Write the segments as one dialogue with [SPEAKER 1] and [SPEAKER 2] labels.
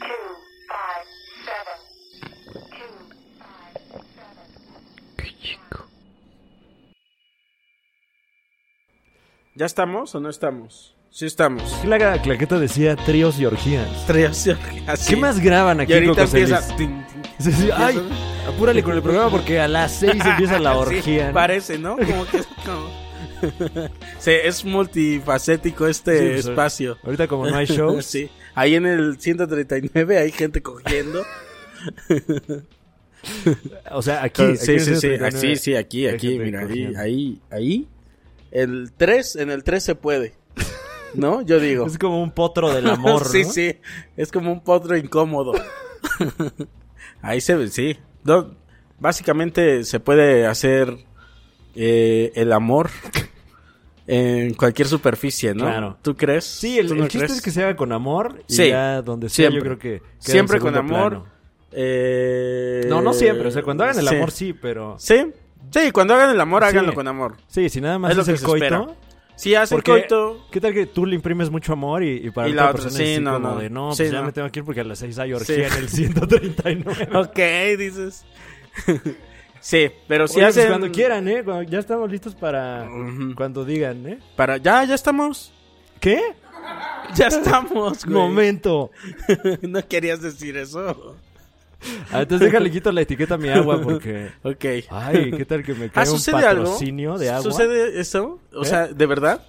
[SPEAKER 1] two, five, seven. Two, five, seven.
[SPEAKER 2] ¿Ya estamos o no estamos? Sí estamos.
[SPEAKER 3] Aquí la claqueta decía tríos y orgías.
[SPEAKER 2] Tres,
[SPEAKER 3] ¿Qué
[SPEAKER 2] así.
[SPEAKER 3] más graban
[SPEAKER 2] Y
[SPEAKER 3] aquí,
[SPEAKER 2] ahorita
[SPEAKER 3] Coco Celis?
[SPEAKER 2] empieza. tin, tin, tin.
[SPEAKER 3] Sí, sí, Ay,
[SPEAKER 2] Empieza-
[SPEAKER 3] apúrale con el programa porque a las seis empieza la orgía.
[SPEAKER 2] Sí,
[SPEAKER 3] ¿no?
[SPEAKER 2] parece, ¿no? Como que es como- Sí, es multifacético este
[SPEAKER 3] Sí, pues,
[SPEAKER 2] espacio.
[SPEAKER 3] Ahorita como no hay shows.
[SPEAKER 2] Sí. Ahí en el 139 hay gente cogiendo.
[SPEAKER 3] O sea,
[SPEAKER 2] Sí,
[SPEAKER 3] aquí. aquí
[SPEAKER 2] sí,
[SPEAKER 3] en
[SPEAKER 2] sí, sí,
[SPEAKER 3] 139.
[SPEAKER 2] Así, sí, aquí,
[SPEAKER 3] Hay
[SPEAKER 2] aquí,
[SPEAKER 3] gente
[SPEAKER 2] mira, ahí,
[SPEAKER 3] cogiendo.
[SPEAKER 2] ahí, ahí. El 3, en el 3 se puede. ¿No? Yo digo.
[SPEAKER 3] Es como un potro del amor.
[SPEAKER 2] sí,
[SPEAKER 3] ¿no?
[SPEAKER 2] sí. Es como un potro incómodo. Ahí se ve, sí. No, básicamente se puede hacer eh, el amor en cualquier superficie, ¿no?
[SPEAKER 3] Claro.
[SPEAKER 2] ¿Tú crees?
[SPEAKER 3] Sí, el,
[SPEAKER 2] ¿Tú no
[SPEAKER 3] el chiste
[SPEAKER 2] crees?
[SPEAKER 3] es que se haga con amor y
[SPEAKER 2] Sí.
[SPEAKER 3] ya donde sea,
[SPEAKER 2] Siempre.
[SPEAKER 3] yo creo que. queda en
[SPEAKER 2] Siempre con
[SPEAKER 3] segundo
[SPEAKER 2] amor.
[SPEAKER 3] plano.
[SPEAKER 2] eh,
[SPEAKER 3] No, no siempre. O sea, cuando hagan el
[SPEAKER 2] sí.
[SPEAKER 3] amor, sí, pero.
[SPEAKER 2] Sí. Sí, cuando hagan el amor,
[SPEAKER 3] Sí.
[SPEAKER 2] eh, háganlo con amor.
[SPEAKER 3] Sí, si nada más
[SPEAKER 2] Es
[SPEAKER 3] es,
[SPEAKER 2] lo que
[SPEAKER 3] el
[SPEAKER 2] se
[SPEAKER 3] coito.
[SPEAKER 2] espera. Si hacen
[SPEAKER 3] Porque,
[SPEAKER 2] coito.
[SPEAKER 3] ¿Qué tal que tú le imprimes mucho amor y, y para
[SPEAKER 2] Y
[SPEAKER 3] la
[SPEAKER 2] la
[SPEAKER 3] otra
[SPEAKER 2] otra,
[SPEAKER 3] persona es
[SPEAKER 2] sí,
[SPEAKER 3] así
[SPEAKER 2] no,
[SPEAKER 3] como
[SPEAKER 2] no.
[SPEAKER 3] de no, pues
[SPEAKER 2] Sí,
[SPEAKER 3] ya
[SPEAKER 2] no.
[SPEAKER 3] me tengo que ir porque a las 6 hay
[SPEAKER 2] Sí.
[SPEAKER 3] orgía en el 139?
[SPEAKER 2] Ok, dices. sí, pero si
[SPEAKER 3] Oye, pues,
[SPEAKER 2] hacen.
[SPEAKER 3] cuando quieran, ¿eh? Cuando- ya estamos listos para
[SPEAKER 2] Ujú.
[SPEAKER 3] cuando digan, ¿eh?
[SPEAKER 2] Para... Ya, ya estamos.
[SPEAKER 3] ¿Qué?
[SPEAKER 2] Ya estamos, güey.
[SPEAKER 3] Momento.
[SPEAKER 2] no querías decir eso.
[SPEAKER 3] Ah, Entonces déjale quito la etiqueta a mi agua porque...
[SPEAKER 2] Ok.
[SPEAKER 3] Ay, ¿qué tal que me
[SPEAKER 2] Ah,
[SPEAKER 3] cae un
[SPEAKER 2] ¿sucede algo?
[SPEAKER 3] patrocinio de agua?
[SPEAKER 2] ¿Sucede eso? O
[SPEAKER 3] ¿Eh?
[SPEAKER 2] sea, ¿de verdad?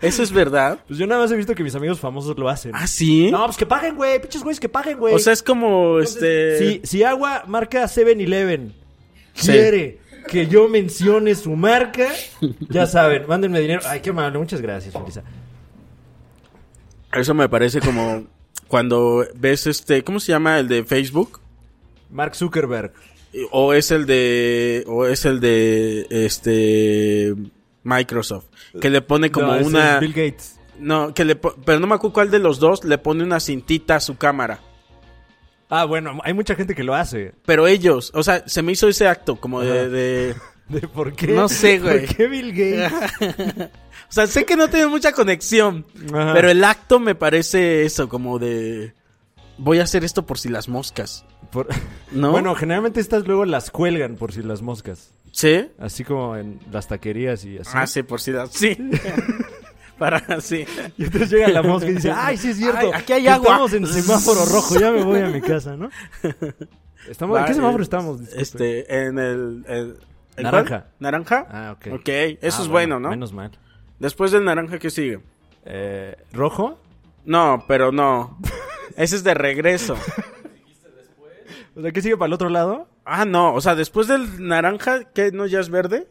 [SPEAKER 2] ¿Eso es verdad?
[SPEAKER 3] Pues yo nada más he visto que mis amigos famosos lo hacen.
[SPEAKER 2] ¿Ah, sí?
[SPEAKER 3] No, pues que paguen, güey. Pinches güeyes que paguen, güey.
[SPEAKER 2] o sea, es como,
[SPEAKER 3] Entonces,
[SPEAKER 2] este...
[SPEAKER 3] si, si agua marca 7-Eleven
[SPEAKER 2] Sí.
[SPEAKER 3] quiere que yo mencione su marca, ya saben, mándenme dinero. Ay, qué amable. Muchas gracias,
[SPEAKER 2] Oh.
[SPEAKER 3] Melissa.
[SPEAKER 2] Eso me parece como cuando ves este... ¿Cómo se llama el de Facebook?
[SPEAKER 3] Mark Zuckerberg.
[SPEAKER 2] O es el de... O es el de... Este... Microsoft. Que le pone como
[SPEAKER 3] No, ese
[SPEAKER 2] una...
[SPEAKER 3] es Bill Gates.
[SPEAKER 2] No, que le... po- Pero no me acuerdo cuál de los dos le pone una cintita a su cámara.
[SPEAKER 3] Ah, bueno, hay mucha gente que lo hace.
[SPEAKER 2] Pero ellos... O sea, se me hizo ese acto como de- de
[SPEAKER 3] ¿De por qué?
[SPEAKER 2] No sé, güey.
[SPEAKER 3] ¿Por qué Bill Gates?
[SPEAKER 2] O sea, sé que no tiene mucha conexión,
[SPEAKER 3] Ajá.
[SPEAKER 2] pero el acto me parece eso, como de... Voy a hacer esto por si las moscas,
[SPEAKER 3] Por-
[SPEAKER 2] ¿no?
[SPEAKER 3] Bueno, generalmente estas luego las cuelgan por si las moscas.
[SPEAKER 2] ¿Sí?
[SPEAKER 3] Así como en las taquerías y así.
[SPEAKER 2] Ah, sí, por si las... Sí. Para, sí.
[SPEAKER 3] Y entonces llega la mosca y dice, ay, sí es cierto.
[SPEAKER 2] Ay, aquí hay
[SPEAKER 3] que
[SPEAKER 2] agua.
[SPEAKER 3] Estamos en semáforo rojo, ya me voy a mi casa, ¿no? Estamos, ¿En
[SPEAKER 2] Va,
[SPEAKER 3] qué semáforo
[SPEAKER 2] eh,
[SPEAKER 3] estamos? Disculpe.
[SPEAKER 2] Este, en el... el- ¿el
[SPEAKER 3] Naranja.
[SPEAKER 2] cuál? ¿Naranja?
[SPEAKER 3] Ah, ok.
[SPEAKER 2] Ok, eso
[SPEAKER 3] Ah,
[SPEAKER 2] es bueno, ¿no?
[SPEAKER 3] Menos mal.
[SPEAKER 2] Después del naranja, ¿qué sigue?
[SPEAKER 3] Eh, ¿Rojo?
[SPEAKER 2] No, pero no. Ese es de regreso.
[SPEAKER 3] O sea, ¿qué sigue para el otro lado?
[SPEAKER 2] Ah, no, o sea, después del naranja, ¿qué? ¿No ya es verde?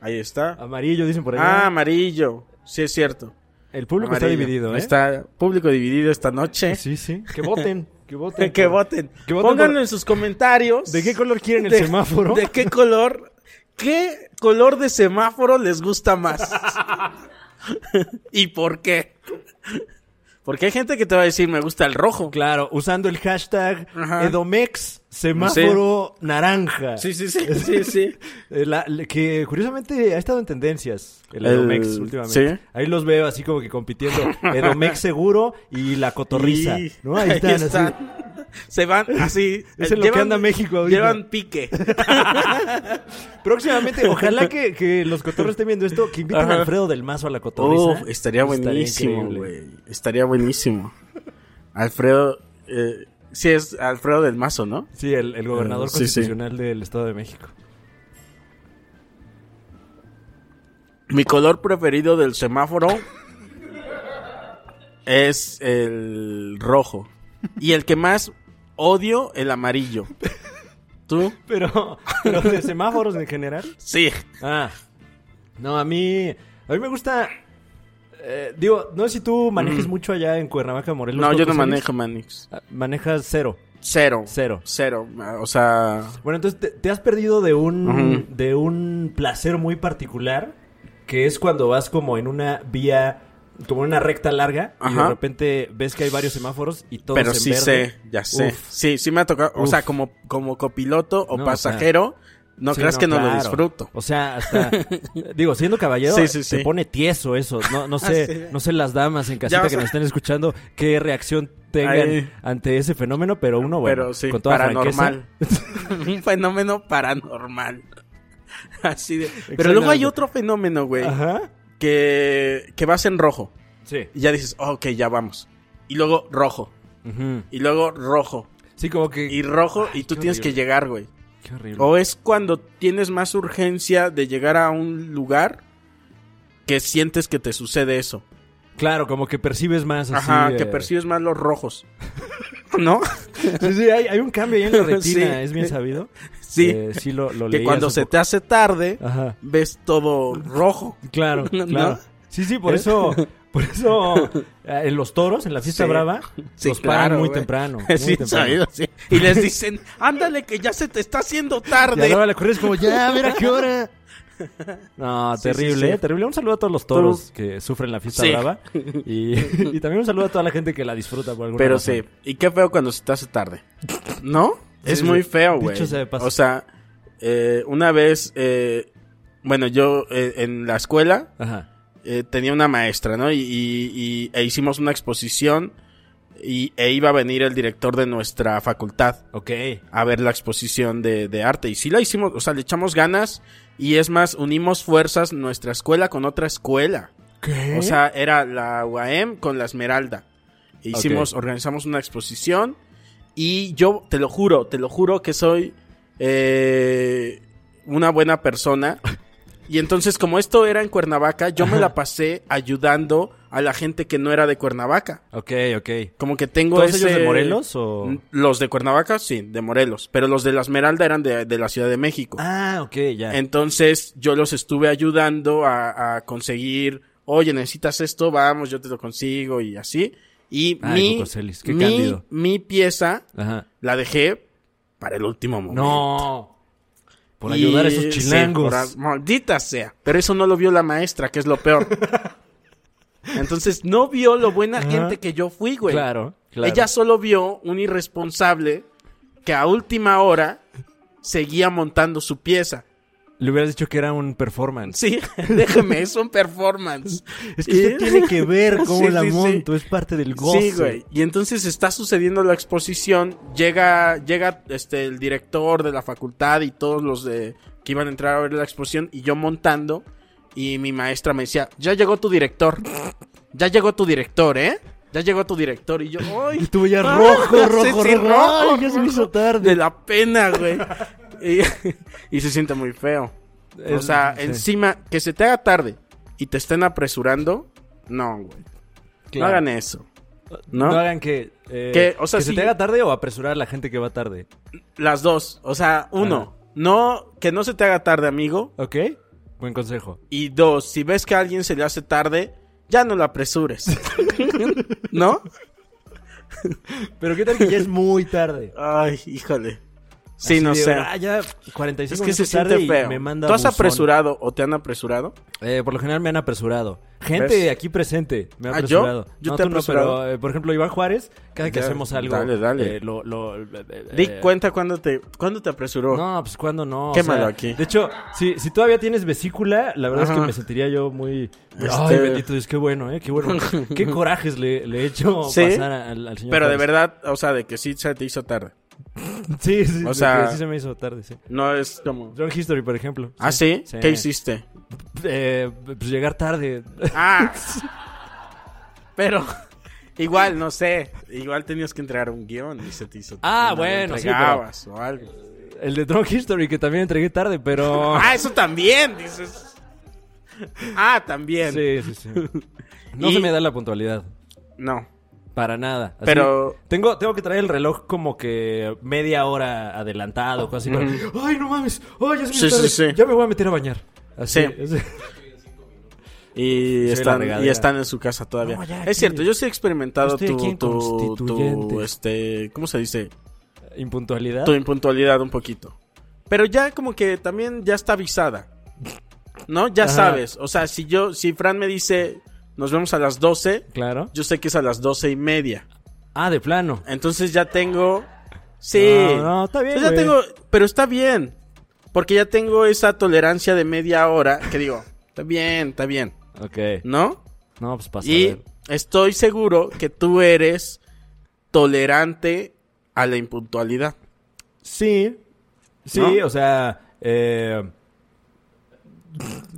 [SPEAKER 2] Ahí está.
[SPEAKER 3] Amarillo, dicen por
[SPEAKER 2] Ah,
[SPEAKER 3] allá.
[SPEAKER 2] amarillo. Sí, es cierto.
[SPEAKER 3] el público está
[SPEAKER 2] Amarillo.
[SPEAKER 3] dividido, ¿eh?
[SPEAKER 2] Está público dividido esta noche.
[SPEAKER 3] Sí, sí. Que voten, que voten.
[SPEAKER 2] Que voten.
[SPEAKER 3] Que voten
[SPEAKER 2] Pónganlo
[SPEAKER 3] por-
[SPEAKER 2] en sus comentarios.
[SPEAKER 3] ¿De qué color quieren el
[SPEAKER 2] de-
[SPEAKER 3] semáforo?
[SPEAKER 2] ¿De qué color? ¿Qué color de semáforo les gusta más? ¿Y por qué? Porque hay gente que te va a decir, me gusta el rojo.
[SPEAKER 3] Claro, usando el hashtag
[SPEAKER 2] Ajá.
[SPEAKER 3] Edomex semáforo naranja.
[SPEAKER 2] Sí, sí, sí, sí, sí.
[SPEAKER 3] Eh, la- le- que curiosamente ha estado en tendencias el
[SPEAKER 2] El-
[SPEAKER 3] Edomex últimamente.
[SPEAKER 2] Eh, ¿sí?
[SPEAKER 3] Ahí los veo así como que compitiendo. Edomex seguro y la cotorriza.
[SPEAKER 2] Y-
[SPEAKER 3] ¿no? Ahí están, así.
[SPEAKER 2] están. Se van así.
[SPEAKER 3] Es en lo que anda México ahorita.
[SPEAKER 2] Llevan pique.
[SPEAKER 3] Próximamente, ojalá que, que los cotorros estén viendo esto, que inviten
[SPEAKER 2] Ajá.
[SPEAKER 3] a Alfredo del Mazo a la
[SPEAKER 2] Oh,
[SPEAKER 3] cotorriza.
[SPEAKER 2] estaría buenísimo,
[SPEAKER 3] increíble.
[SPEAKER 2] güey. Estaría buenísimo. Alfredo. Eh, sí, es Alfredo del Mazo, ¿no?
[SPEAKER 3] Sí, el, el gobernador
[SPEAKER 2] Eh, sí, sí.
[SPEAKER 3] constitucional del Estado de México.
[SPEAKER 2] Mi color preferido del semáforo es el rojo. Y el que más odio, el amarillo. ¿Tú?
[SPEAKER 3] Pero, pero de semáforos en general.
[SPEAKER 2] Sí.
[SPEAKER 3] Ah. No, a mí. A mí me gusta. eh, digo, no sé si tú manejes mucho allá en Cuernavaca, Morelos.
[SPEAKER 2] Mm. No, yo no
[SPEAKER 3] Cotos,
[SPEAKER 2] manejo Manix.
[SPEAKER 3] Félix. Ah, Manejas cero.
[SPEAKER 2] Cero.
[SPEAKER 3] Cero.
[SPEAKER 2] Cero. O sea,
[SPEAKER 3] Bueno, entonces te, te has perdido de un,
[SPEAKER 2] Ujú.
[SPEAKER 3] de un placer muy particular, que es cuando vas como en una vía, como en una recta larga, y de
[SPEAKER 2] Ajá.
[SPEAKER 3] repente ves que hay varios semáforos y todos
[SPEAKER 2] pero
[SPEAKER 3] en
[SPEAKER 2] sí
[SPEAKER 3] verde.
[SPEAKER 2] sé, ya sé.
[SPEAKER 3] Uf.
[SPEAKER 2] Sí, sí me ha tocado. O
[SPEAKER 3] Uf.
[SPEAKER 2] sea, como, como copiloto o
[SPEAKER 3] No, o
[SPEAKER 2] pasajero, no
[SPEAKER 3] Sí,
[SPEAKER 2] creas que no lo
[SPEAKER 3] claro.
[SPEAKER 2] disfruto.
[SPEAKER 3] O sea, hasta digo, siendo caballero
[SPEAKER 2] Sí, sí,
[SPEAKER 3] se
[SPEAKER 2] sí.
[SPEAKER 3] pone tieso eso. No, no sé, no sé las damas en casita
[SPEAKER 2] Ya, o
[SPEAKER 3] que
[SPEAKER 2] sea-
[SPEAKER 3] nos estén escuchando qué reacción tengan
[SPEAKER 2] Ahí.
[SPEAKER 3] ante ese fenómeno, pero uno bueno,
[SPEAKER 2] pero sí,
[SPEAKER 3] con toda
[SPEAKER 2] paranormal.
[SPEAKER 3] franqueza,
[SPEAKER 2] Un fenómeno paranormal. Así de. Pero luego hay
[SPEAKER 3] Exactamente.
[SPEAKER 2] otro fenómeno, güey.
[SPEAKER 3] Ajá.
[SPEAKER 2] que, que vas en rojo.
[SPEAKER 3] Sí.
[SPEAKER 2] Y ya dices, "Oh, ok, ya vamos. Y luego rojo.
[SPEAKER 3] Ujú.
[SPEAKER 2] Y luego rojo.
[SPEAKER 3] Sí, como que
[SPEAKER 2] Y rojo. y tú
[SPEAKER 3] qué
[SPEAKER 2] tienes que
[SPEAKER 3] horrible.
[SPEAKER 2] llegar, güey.
[SPEAKER 3] qué horrible.
[SPEAKER 2] O es cuando tienes más urgencia de llegar a un lugar que sientes que te sucede eso.
[SPEAKER 3] Claro, como que percibes más así.
[SPEAKER 2] Ajá, que
[SPEAKER 3] eh,
[SPEAKER 2] percibes más los rojos. ¿No?
[SPEAKER 3] Sí, sí, hay, hay un cambio ahí en la retina,
[SPEAKER 2] Sí.
[SPEAKER 3] es bien sabido.
[SPEAKER 2] Sí.
[SPEAKER 3] Eh, sí, lo, lo
[SPEAKER 2] que
[SPEAKER 3] leí
[SPEAKER 2] cuando
[SPEAKER 3] hace
[SPEAKER 2] se
[SPEAKER 3] poco.
[SPEAKER 2] te hace tarde,
[SPEAKER 3] Ajá.
[SPEAKER 2] ves todo rojo.
[SPEAKER 3] Claro,
[SPEAKER 2] ¿No? ¿Eh?
[SPEAKER 3] claro. Sí, sí, por eso, por eso eh, en los toros, en la fiesta
[SPEAKER 2] Sí.
[SPEAKER 3] brava,
[SPEAKER 2] Sí,
[SPEAKER 3] los paran
[SPEAKER 2] claro,
[SPEAKER 3] muy
[SPEAKER 2] güey.
[SPEAKER 3] temprano. Muy
[SPEAKER 2] Sí,
[SPEAKER 3] temprano.
[SPEAKER 2] sabido, sí. Y les dicen, ándale, que ya se te está haciendo
[SPEAKER 3] Y a
[SPEAKER 2] tarde.
[SPEAKER 3] la hora de la corrida es como, ya, mira qué hora. No,
[SPEAKER 2] Sí,
[SPEAKER 3] terrible,
[SPEAKER 2] sí, sí.
[SPEAKER 3] eh, terrible. Un saludo a todos los toros que sufren la fiesta
[SPEAKER 2] Sí.
[SPEAKER 3] brava. Y, y también un saludo a toda la gente que la disfruta por alguna
[SPEAKER 2] Pero sí,
[SPEAKER 3] razón.
[SPEAKER 2] y qué feo cuando se te hace tarde. ¿No? es
[SPEAKER 3] sí.
[SPEAKER 2] muy feo, güey.
[SPEAKER 3] Dicho sea de paso.
[SPEAKER 2] O sea, eh, una vez, eh, bueno, yo eh, en la escuela
[SPEAKER 3] Ajá.
[SPEAKER 2] eh, tenía una maestra, ¿no? Y, y- y- e hicimos una exposición y, e iba a venir el director de nuestra facultad
[SPEAKER 3] Ok.
[SPEAKER 2] a ver la exposición de, de arte. Y sí la hicimos, o sea, le echamos ganas y es más, unimos fuerzas nuestra escuela con otra escuela.
[SPEAKER 3] ¿Qué?
[SPEAKER 2] O sea, era la UAM con la Esmeralda. E Hicimos, organizamos una exposición y yo te lo juro, te lo juro que soy eh, una buena persona. Y entonces, como esto era en Cuernavaca, yo me la pasé ayudando a la gente que no era de Cuernavaca.
[SPEAKER 3] ok, ok.
[SPEAKER 2] Como que tengo
[SPEAKER 3] ¿Todos
[SPEAKER 2] ese-
[SPEAKER 3] ellos de Morelos o...?
[SPEAKER 2] Los de Cuernavaca, sí, de Morelos. Pero los de la Esmeralda eran de, de la Ciudad de México.
[SPEAKER 3] Ah, ok, ya.
[SPEAKER 2] Entonces yo los estuve ayudando a, a conseguir, oye, necesitas esto, vamos, yo te lo consigo y así. Y
[SPEAKER 3] Ay,
[SPEAKER 2] mi,
[SPEAKER 3] Coco Celis, qué
[SPEAKER 2] mi,
[SPEAKER 3] cándido.
[SPEAKER 2] mi pieza
[SPEAKER 3] Ajá.
[SPEAKER 2] la dejé para el último momento.
[SPEAKER 3] No. Por
[SPEAKER 2] Y-
[SPEAKER 3] ayudar a esos
[SPEAKER 2] sí,
[SPEAKER 3] chilangos.
[SPEAKER 2] por a- maldita sea. Pero eso no lo vio la maestra, que es lo peor. Entonces no vio lo buena gente que yo fui, güey.
[SPEAKER 3] Claro, claro.
[SPEAKER 2] Ella solo vio un irresponsable que a última hora seguía montando su pieza.
[SPEAKER 3] Le hubieras dicho que era un performance.
[SPEAKER 2] Sí, déjeme, es un performance.
[SPEAKER 3] Es que usted
[SPEAKER 2] Y-
[SPEAKER 3] tiene que ver cómo
[SPEAKER 2] Sí,
[SPEAKER 3] la
[SPEAKER 2] sí, sí.
[SPEAKER 3] monto, es parte del gozo.
[SPEAKER 2] Sí, güey. Y entonces está sucediendo la exposición, llega, llega este el director de la facultad y todos los de que iban a entrar a ver la exposición y yo montando y mi maestra me decía, "Ya llegó tu director. Ya llegó tu director, ¿eh? Ya llegó tu director." Y yo, "Ay."
[SPEAKER 3] Y tú ya
[SPEAKER 2] ah,
[SPEAKER 3] rojo,
[SPEAKER 2] sí,
[SPEAKER 3] rojo,
[SPEAKER 2] sí,
[SPEAKER 3] rojo.
[SPEAKER 2] rojo,
[SPEAKER 3] Ay, ya se me hizo
[SPEAKER 2] rojo.
[SPEAKER 3] tarde.
[SPEAKER 2] De la pena, güey. y, y se siente muy feo. O
[SPEAKER 3] Es-
[SPEAKER 2] sea,
[SPEAKER 3] sí.
[SPEAKER 2] encima que se te haga tarde y te estén apresurando, no, güey. No
[SPEAKER 3] Claro.
[SPEAKER 2] hagan eso.
[SPEAKER 3] No,
[SPEAKER 2] ¿No?
[SPEAKER 3] hagan que, eh,
[SPEAKER 2] Que, o sea,
[SPEAKER 3] que se
[SPEAKER 2] sí.
[SPEAKER 3] te haga tarde o apresurar a la gente que va tarde.
[SPEAKER 2] Las dos. O sea, uno, no, que no se te haga tarde, amigo.
[SPEAKER 3] ¿Ok? Buen consejo.
[SPEAKER 2] Y dos, si ves que a alguien se le hace tarde, ya no lo apresures. ¿No?
[SPEAKER 3] Pero qué tal que ya es muy tarde.
[SPEAKER 2] Ay, híjole. Sí,
[SPEAKER 3] Así
[SPEAKER 2] no
[SPEAKER 3] de,
[SPEAKER 2] sé.
[SPEAKER 3] Ah, ya
[SPEAKER 2] Es
[SPEAKER 3] 45
[SPEAKER 2] que se
[SPEAKER 3] minutos tarde
[SPEAKER 2] siente
[SPEAKER 3] y
[SPEAKER 2] feo.
[SPEAKER 3] me manda
[SPEAKER 2] ¿Tú has
[SPEAKER 3] buzón".
[SPEAKER 2] apresurado o te han apresurado?
[SPEAKER 3] Eh, por lo general me han apresurado. Gente
[SPEAKER 2] ¿Ves?
[SPEAKER 3] aquí presente me ha
[SPEAKER 2] ¿Ah, yo?
[SPEAKER 3] apresurado.
[SPEAKER 2] Yo
[SPEAKER 3] no,
[SPEAKER 2] te he
[SPEAKER 3] tú no,
[SPEAKER 2] apresurado.
[SPEAKER 3] pero, eh, por ejemplo, Iván Juárez, cada que
[SPEAKER 2] Ya,
[SPEAKER 3] hacemos algo...
[SPEAKER 2] dale, dale.
[SPEAKER 3] eh, lo, lo- eh,
[SPEAKER 2] Di
[SPEAKER 3] eh,
[SPEAKER 2] cuenta cuando te, cuando te apresuró.
[SPEAKER 3] No, pues cuando no. O
[SPEAKER 2] Quémalo
[SPEAKER 3] sea,
[SPEAKER 2] aquí.
[SPEAKER 3] De hecho, si, si todavía tienes vesícula, la verdad es
[SPEAKER 2] Ajá.
[SPEAKER 3] que me sentiría yo muy.
[SPEAKER 2] Este-
[SPEAKER 3] Ay, bendito Dios, qué bueno, ¿eh? Qué bueno. qué corajes le, le he hecho
[SPEAKER 2] Sí,
[SPEAKER 3] pasar a- al, al señor.
[SPEAKER 2] pero de
[SPEAKER 3] Juárez.
[SPEAKER 2] verdad, o sea, de que sí se te hizo tarde.
[SPEAKER 3] Sí, sí.
[SPEAKER 2] O
[SPEAKER 3] de
[SPEAKER 2] sea-
[SPEAKER 3] que Sí, se me hizo tarde, sí.
[SPEAKER 2] No es como...
[SPEAKER 3] Drunk History, por ejemplo.
[SPEAKER 2] ¿Ah, sí?
[SPEAKER 3] Sí.
[SPEAKER 2] ¿Qué hiciste?
[SPEAKER 3] Eh, pues llegar tarde.
[SPEAKER 2] Ah. Pero igual, no sé. Igual tenías que entregar un guión y se te hizo
[SPEAKER 3] Ah,
[SPEAKER 2] no lo
[SPEAKER 3] bueno, sí, pero-
[SPEAKER 2] entregabas o algo.
[SPEAKER 3] El de Drunk History, que también entregué tarde, pero.
[SPEAKER 2] Ah, eso también, dices. Ah, también.
[SPEAKER 3] Sí, sí, sí. No
[SPEAKER 2] Y-
[SPEAKER 3] se me da la puntualidad.
[SPEAKER 2] No.
[SPEAKER 3] Para nada. Así,
[SPEAKER 2] Pero-
[SPEAKER 3] Tengo, tengo que traer el reloj como que media hora adelantado, casi. para- Ay, no mames. Ay, ya se me
[SPEAKER 2] Sí,
[SPEAKER 3] hizo tarde.
[SPEAKER 2] sí, sí.
[SPEAKER 3] Ya me voy a meter a bañar. Así.
[SPEAKER 2] Sí.
[SPEAKER 3] así.
[SPEAKER 2] Y
[SPEAKER 3] la
[SPEAKER 2] están, y
[SPEAKER 3] regadera.
[SPEAKER 2] están en su casa todavía.
[SPEAKER 3] No, ya
[SPEAKER 2] es
[SPEAKER 3] aquí-
[SPEAKER 2] cierto, yo sí he experimentado
[SPEAKER 3] yo estoy
[SPEAKER 2] tu,
[SPEAKER 3] aquí en
[SPEAKER 2] tu, tu,
[SPEAKER 3] Constituyentes.
[SPEAKER 2] este, ¿cómo se dice?
[SPEAKER 3] Impuntualidad.
[SPEAKER 2] Tu impuntualidad un poquito. Pero ya como que también ya está avisada. ¿No? Ya
[SPEAKER 3] Ajá.
[SPEAKER 2] sabes. O sea, si yo, si Fran me dice, nos vemos a las 12,
[SPEAKER 3] Claro.
[SPEAKER 2] yo Eh, sé que es a las 12 y media.
[SPEAKER 3] Ah, de plano.
[SPEAKER 2] Entonces ya tengo. Sí.
[SPEAKER 3] No, no, está bien,
[SPEAKER 2] Entonces ya
[SPEAKER 3] güey.
[SPEAKER 2] tengo. Pero está bien. Porque ya tengo esa tolerancia de media hora que digo, está bien, está bien.
[SPEAKER 3] Ok.
[SPEAKER 2] ¿No?
[SPEAKER 3] No, pues pasa.
[SPEAKER 2] Y estoy seguro que tú eres tolerante a la impuntualidad.
[SPEAKER 3] Sí. Sí,
[SPEAKER 2] ¿No?
[SPEAKER 3] o sea. Eh,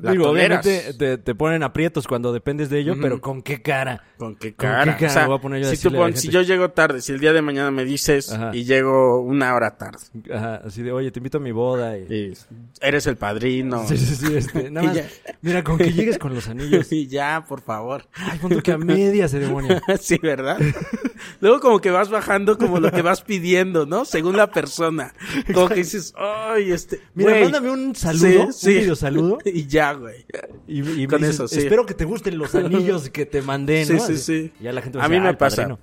[SPEAKER 2] La
[SPEAKER 3] digo,
[SPEAKER 2] toleras.
[SPEAKER 3] obviamente te, te ponen aprietos cuando dependes de ello, pero ¿con qué cara?
[SPEAKER 2] ¿Con qué
[SPEAKER 3] ¿Con
[SPEAKER 2] cara?
[SPEAKER 3] qué cara
[SPEAKER 2] O sea,
[SPEAKER 3] voy a poner yo a
[SPEAKER 2] si, tú
[SPEAKER 3] decirle a la
[SPEAKER 2] pon- si
[SPEAKER 3] gente?
[SPEAKER 2] yo llego tarde, si el día de mañana me dices
[SPEAKER 3] Ajá.
[SPEAKER 2] y llego una hora tarde,
[SPEAKER 3] Ajá, así de, oye, te invito a mi boda. Y...
[SPEAKER 2] y eres el padrino.
[SPEAKER 3] Sí, sí, sí. este, nada
[SPEAKER 2] Y
[SPEAKER 3] más,
[SPEAKER 2] ya.
[SPEAKER 3] mira, con que llegues con los anillos.
[SPEAKER 2] Y ya, por favor.
[SPEAKER 3] Ay, punto que a media ceremonia.
[SPEAKER 2] Sí, ¿verdad? Luego como que vas bajando como lo que vas pidiendo, ¿no? Según la persona. Como que dices, ay, este...
[SPEAKER 3] Mira,
[SPEAKER 2] güey".
[SPEAKER 3] mándame un saludo, un video saludo.
[SPEAKER 2] Y ya, güey.
[SPEAKER 3] Y, y me
[SPEAKER 2] Con
[SPEAKER 3] dices,
[SPEAKER 2] eso, sí.
[SPEAKER 3] Espero que te gusten los anillos que te mandé,
[SPEAKER 2] Sí,
[SPEAKER 3] ¿no?
[SPEAKER 2] sí,
[SPEAKER 3] Así.
[SPEAKER 2] sí.
[SPEAKER 3] Y ya la gente va
[SPEAKER 2] A
[SPEAKER 3] decir,
[SPEAKER 2] mí me
[SPEAKER 3] "Ah, el
[SPEAKER 2] pasa.
[SPEAKER 3] padrino".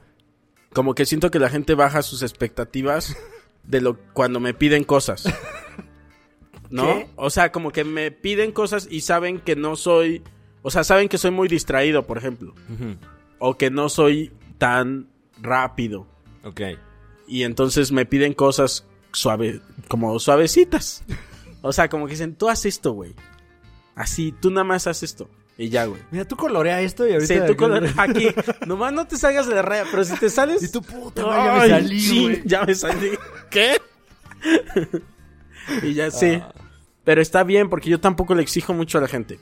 [SPEAKER 2] Como que siento que la gente baja sus expectativas de lo cuando me piden cosas. ¿No?
[SPEAKER 3] ¿Qué?
[SPEAKER 2] O sea, como que me piden cosas y saben que no soy... O sea, saben que soy muy distraído, por ejemplo. O que no soy tan rápido.
[SPEAKER 3] Ok.
[SPEAKER 2] y entonces me piden cosas suave, como suavecitas. O sea, como que dicen, tú haz esto, güey. Así, tú nada más haz esto. Y ya, güey.
[SPEAKER 3] Mira, tú colorea esto y ahorita...
[SPEAKER 2] Sí, tú con aquí. Nomás no te salgas de la raya, pero si te sales.
[SPEAKER 3] Y tú, puta, güey, ya me salí,
[SPEAKER 2] chin,
[SPEAKER 3] güey.
[SPEAKER 2] Ya me salí. ¿Qué? y ya sí. Pero está bien, porque yo tampoco le exijo mucho a la gente.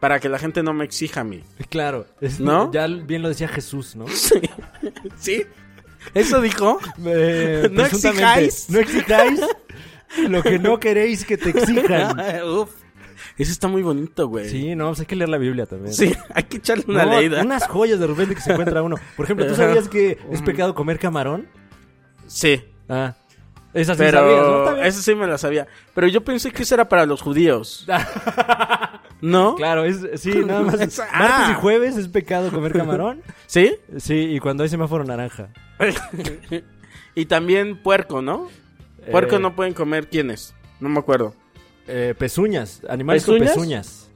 [SPEAKER 2] Para que la gente no me exija a mí.
[SPEAKER 3] Claro. es-
[SPEAKER 2] ¿No?
[SPEAKER 3] Ya bien lo decía Jesús, ¿no?
[SPEAKER 2] Sí. ¿Sí? ¿Eso dijo?
[SPEAKER 3] Eh,
[SPEAKER 2] No
[SPEAKER 3] presuntamente,
[SPEAKER 2] exijáis.
[SPEAKER 3] No exijáis lo que no queréis que te exijan.
[SPEAKER 2] Uf. Eso está muy bonito, güey.
[SPEAKER 3] Sí, no, pues hay que leer la Biblia también.
[SPEAKER 2] Sí, hay que echarle una
[SPEAKER 3] No,
[SPEAKER 2] leída.
[SPEAKER 3] Unas joyas de repente que se encuentra uno. Por ejemplo, ¿tú sabías que es pecado comer camarón?
[SPEAKER 2] Sí,
[SPEAKER 3] Ah. Esa sí
[SPEAKER 2] pero
[SPEAKER 3] sabías, ¿no? Está bien.
[SPEAKER 2] eso sí me la sabía. Pero yo pensé que eso era para los judíos. ¿No?
[SPEAKER 3] Claro, es, sí, nada más.
[SPEAKER 2] Esa-
[SPEAKER 3] Martes y
[SPEAKER 2] Ah. ah.
[SPEAKER 3] jueves es pecado comer camarón.
[SPEAKER 2] ¿Sí?
[SPEAKER 3] Sí, y cuando hay semáforo naranja.
[SPEAKER 2] y también puerco, ¿no? Puerco
[SPEAKER 3] Eh.
[SPEAKER 2] no pueden comer quiénes. No me acuerdo.
[SPEAKER 3] Eh, pezuñas, animales
[SPEAKER 2] ¿Pezuñas?
[SPEAKER 3] con pezuñas.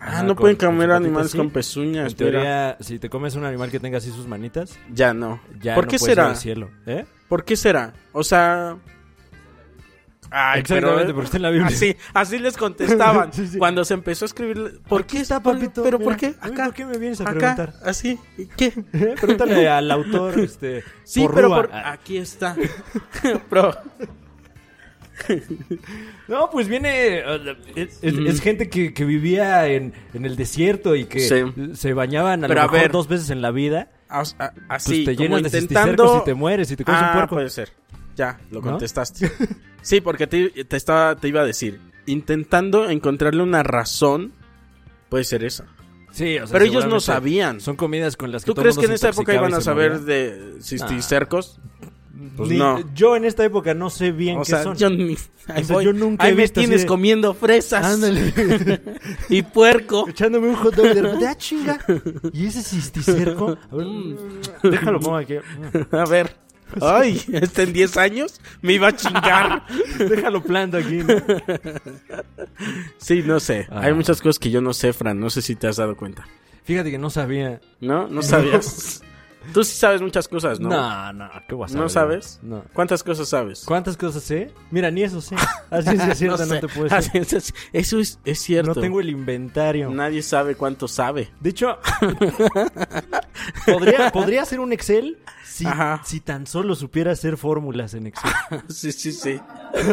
[SPEAKER 2] Ah,
[SPEAKER 3] Ajá,
[SPEAKER 2] no
[SPEAKER 3] con-
[SPEAKER 2] pueden
[SPEAKER 3] con
[SPEAKER 2] comer
[SPEAKER 3] su patita
[SPEAKER 2] animales
[SPEAKER 3] así.
[SPEAKER 2] con pezuñas. mira.
[SPEAKER 3] En teoría, si te comes un animal que tenga así sus manitas,
[SPEAKER 2] Ya no.
[SPEAKER 3] ya
[SPEAKER 2] ¿Por
[SPEAKER 3] no
[SPEAKER 2] qué
[SPEAKER 3] puedes ir
[SPEAKER 2] será?
[SPEAKER 3] al cielo. ¿Eh?
[SPEAKER 2] ¿Por qué será? O sea. Ay,
[SPEAKER 3] Exactamente,
[SPEAKER 2] pero- eh,
[SPEAKER 3] porque está en la Biblia.
[SPEAKER 2] Así, así les contestaban.
[SPEAKER 3] Sí, sí.
[SPEAKER 2] Cuando se empezó a escribir. ¿Por
[SPEAKER 3] Aquí
[SPEAKER 2] qué
[SPEAKER 3] está, papito,
[SPEAKER 2] ¿Pero
[SPEAKER 3] mira.
[SPEAKER 2] por qué?
[SPEAKER 3] A mí, ¿por qué me vienes a
[SPEAKER 2] acá,
[SPEAKER 3] preguntar?
[SPEAKER 2] Así. ¿Qué?
[SPEAKER 3] Pregúntale al autor, este.
[SPEAKER 2] Sí, pero
[SPEAKER 3] Porrúa.
[SPEAKER 2] por... aquí está. Bro.
[SPEAKER 3] No, pues viene. eh, Es, es- es gente que, que vivía en, en el desierto y que
[SPEAKER 2] Mm. Sí.
[SPEAKER 3] se bañaban a
[SPEAKER 2] Pero
[SPEAKER 3] lo
[SPEAKER 2] a
[SPEAKER 3] mejor
[SPEAKER 2] ver.
[SPEAKER 3] dos veces en la vida.
[SPEAKER 2] As- a- así,
[SPEAKER 3] Pues te
[SPEAKER 2] como
[SPEAKER 3] llenas de
[SPEAKER 2] intentando...
[SPEAKER 3] cisticercos y te mueres y te comes un
[SPEAKER 2] ah,
[SPEAKER 3] puerco.
[SPEAKER 2] puede ser. Ya, lo
[SPEAKER 3] ¿No?
[SPEAKER 2] contestaste. Sí, porque te, te estaba, te iba a decir. Intentando encontrarle una razón, puede ser esa.
[SPEAKER 3] Sí, o sea,
[SPEAKER 2] Pero ellos no
[SPEAKER 3] seguramente
[SPEAKER 2] sabían.
[SPEAKER 3] Son comidas con las que
[SPEAKER 2] ¿Tú
[SPEAKER 3] todo
[SPEAKER 2] crees
[SPEAKER 3] mundo
[SPEAKER 2] que en
[SPEAKER 3] se
[SPEAKER 2] esa época
[SPEAKER 3] intoxicaba
[SPEAKER 2] iban
[SPEAKER 3] y
[SPEAKER 2] a
[SPEAKER 3] se
[SPEAKER 2] saber
[SPEAKER 3] moría.
[SPEAKER 2] de cisticercos? Pues
[SPEAKER 3] Ni-
[SPEAKER 2] no.
[SPEAKER 3] Yo en esta época no sé bien
[SPEAKER 2] O
[SPEAKER 3] qué
[SPEAKER 2] sea,
[SPEAKER 3] son.
[SPEAKER 2] yo, ni- ahí
[SPEAKER 3] O sea,
[SPEAKER 2] voy.
[SPEAKER 3] yo nunca
[SPEAKER 2] Ahí
[SPEAKER 3] he
[SPEAKER 2] me
[SPEAKER 3] visto así
[SPEAKER 2] tienes
[SPEAKER 3] de-
[SPEAKER 2] comiendo fresas
[SPEAKER 3] Ándale.
[SPEAKER 2] y puerco.
[SPEAKER 3] Echándome un hot dog de repente, ¡ah, chinga! ¿Y ese cisticerco? A ver, mm, déjalo pongo aquí. Mm.
[SPEAKER 2] A ver. Ay, este en 10 años me iba a chingar.
[SPEAKER 3] Déjalo plando aquí. ¿no?
[SPEAKER 2] Sí, no sé.
[SPEAKER 3] Ah.
[SPEAKER 2] Hay muchas cosas que yo no sé, Fran. No sé si te has dado cuenta.
[SPEAKER 3] Fíjate que no sabía.
[SPEAKER 2] ¿No? No sabías. Tú sí sabes muchas cosas, ¿no?
[SPEAKER 3] No, no, qué guasada.
[SPEAKER 2] ¿No sabes?
[SPEAKER 3] No.
[SPEAKER 2] ¿Cuántas ciencia cierta, no te puedo decir.
[SPEAKER 3] ¿Cuántas cosas sé? Mira, ni eso sé. Así es cierto, no,
[SPEAKER 2] sé. Ah,
[SPEAKER 3] te puedo
[SPEAKER 2] A
[SPEAKER 3] decir.
[SPEAKER 2] ciencias- Eso es, es cierto.
[SPEAKER 3] No tengo el inventario.
[SPEAKER 2] Nadie sabe cuánto sabe.
[SPEAKER 3] De hecho, podría, podría hacer un Excel si,
[SPEAKER 2] Ajá.
[SPEAKER 3] si tan solo supiera hacer fórmulas en Excel.
[SPEAKER 2] Sí, sí, sí.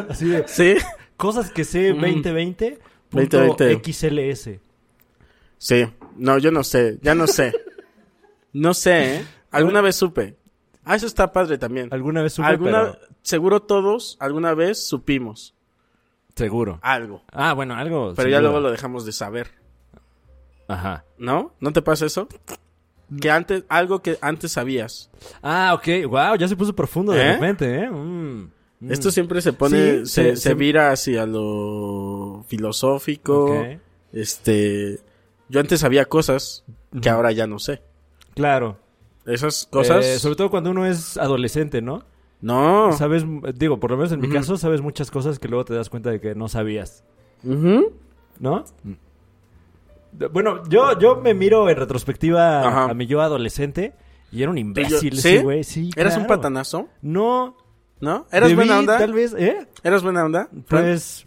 [SPEAKER 3] Así de,
[SPEAKER 2] ¿Sí?
[SPEAKER 3] cosas que sé
[SPEAKER 2] Mm.
[SPEAKER 3] 2020.
[SPEAKER 2] 2020.
[SPEAKER 3] XLS.
[SPEAKER 2] Sí. No, yo no sé. Ya no sé. No sé, ¿eh? Alguna vez supe. Ah, eso está padre también.
[SPEAKER 3] Alguna vez supe,
[SPEAKER 2] Alguna-
[SPEAKER 3] pero-
[SPEAKER 2] Seguro todos alguna vez supimos
[SPEAKER 3] Seguro.
[SPEAKER 2] algo.
[SPEAKER 3] Ah, bueno, algo.
[SPEAKER 2] Pero ya luego lo dejamos de saber.
[SPEAKER 3] Ajá.
[SPEAKER 2] ¿No? ¿No te pasa eso? Que antes, algo que antes sabías.
[SPEAKER 3] Ah, ok. Wow, ya se puso profundo de
[SPEAKER 2] ¿Eh?
[SPEAKER 3] repente, ¿eh? Mm. Mm.
[SPEAKER 2] Esto siempre se pone, se,
[SPEAKER 3] Sí, se-
[SPEAKER 2] se
[SPEAKER 3] se-
[SPEAKER 2] vira hacia lo filosófico.
[SPEAKER 3] Ok.
[SPEAKER 2] Este, yo antes sabía cosas que ahora ya no sé.
[SPEAKER 3] Claro.
[SPEAKER 2] Esas cosas.
[SPEAKER 3] Eh, sobre todo cuando uno es adolescente, ¿no?
[SPEAKER 2] No.
[SPEAKER 3] Sabes, digo, por lo menos en mi caso, sabes muchas cosas que luego te das cuenta de que no sabías.
[SPEAKER 2] Ujú.
[SPEAKER 3] ¿No? De- Bueno, yo, yo me miro en retrospectiva
[SPEAKER 2] Ajá.
[SPEAKER 3] a mi yo adolescente y era un
[SPEAKER 2] Tú y yo-
[SPEAKER 3] imbécil
[SPEAKER 2] ¿Sí?
[SPEAKER 3] ese güey. Sí,
[SPEAKER 2] Eras un
[SPEAKER 3] claro.
[SPEAKER 2] patanazo,
[SPEAKER 3] No.
[SPEAKER 2] ¿no? ¿Eras
[SPEAKER 3] debí,
[SPEAKER 2] buena onda?
[SPEAKER 3] Tal vez, ¿eh?
[SPEAKER 2] ¿Eras buena onda? Fran?
[SPEAKER 3] Pues.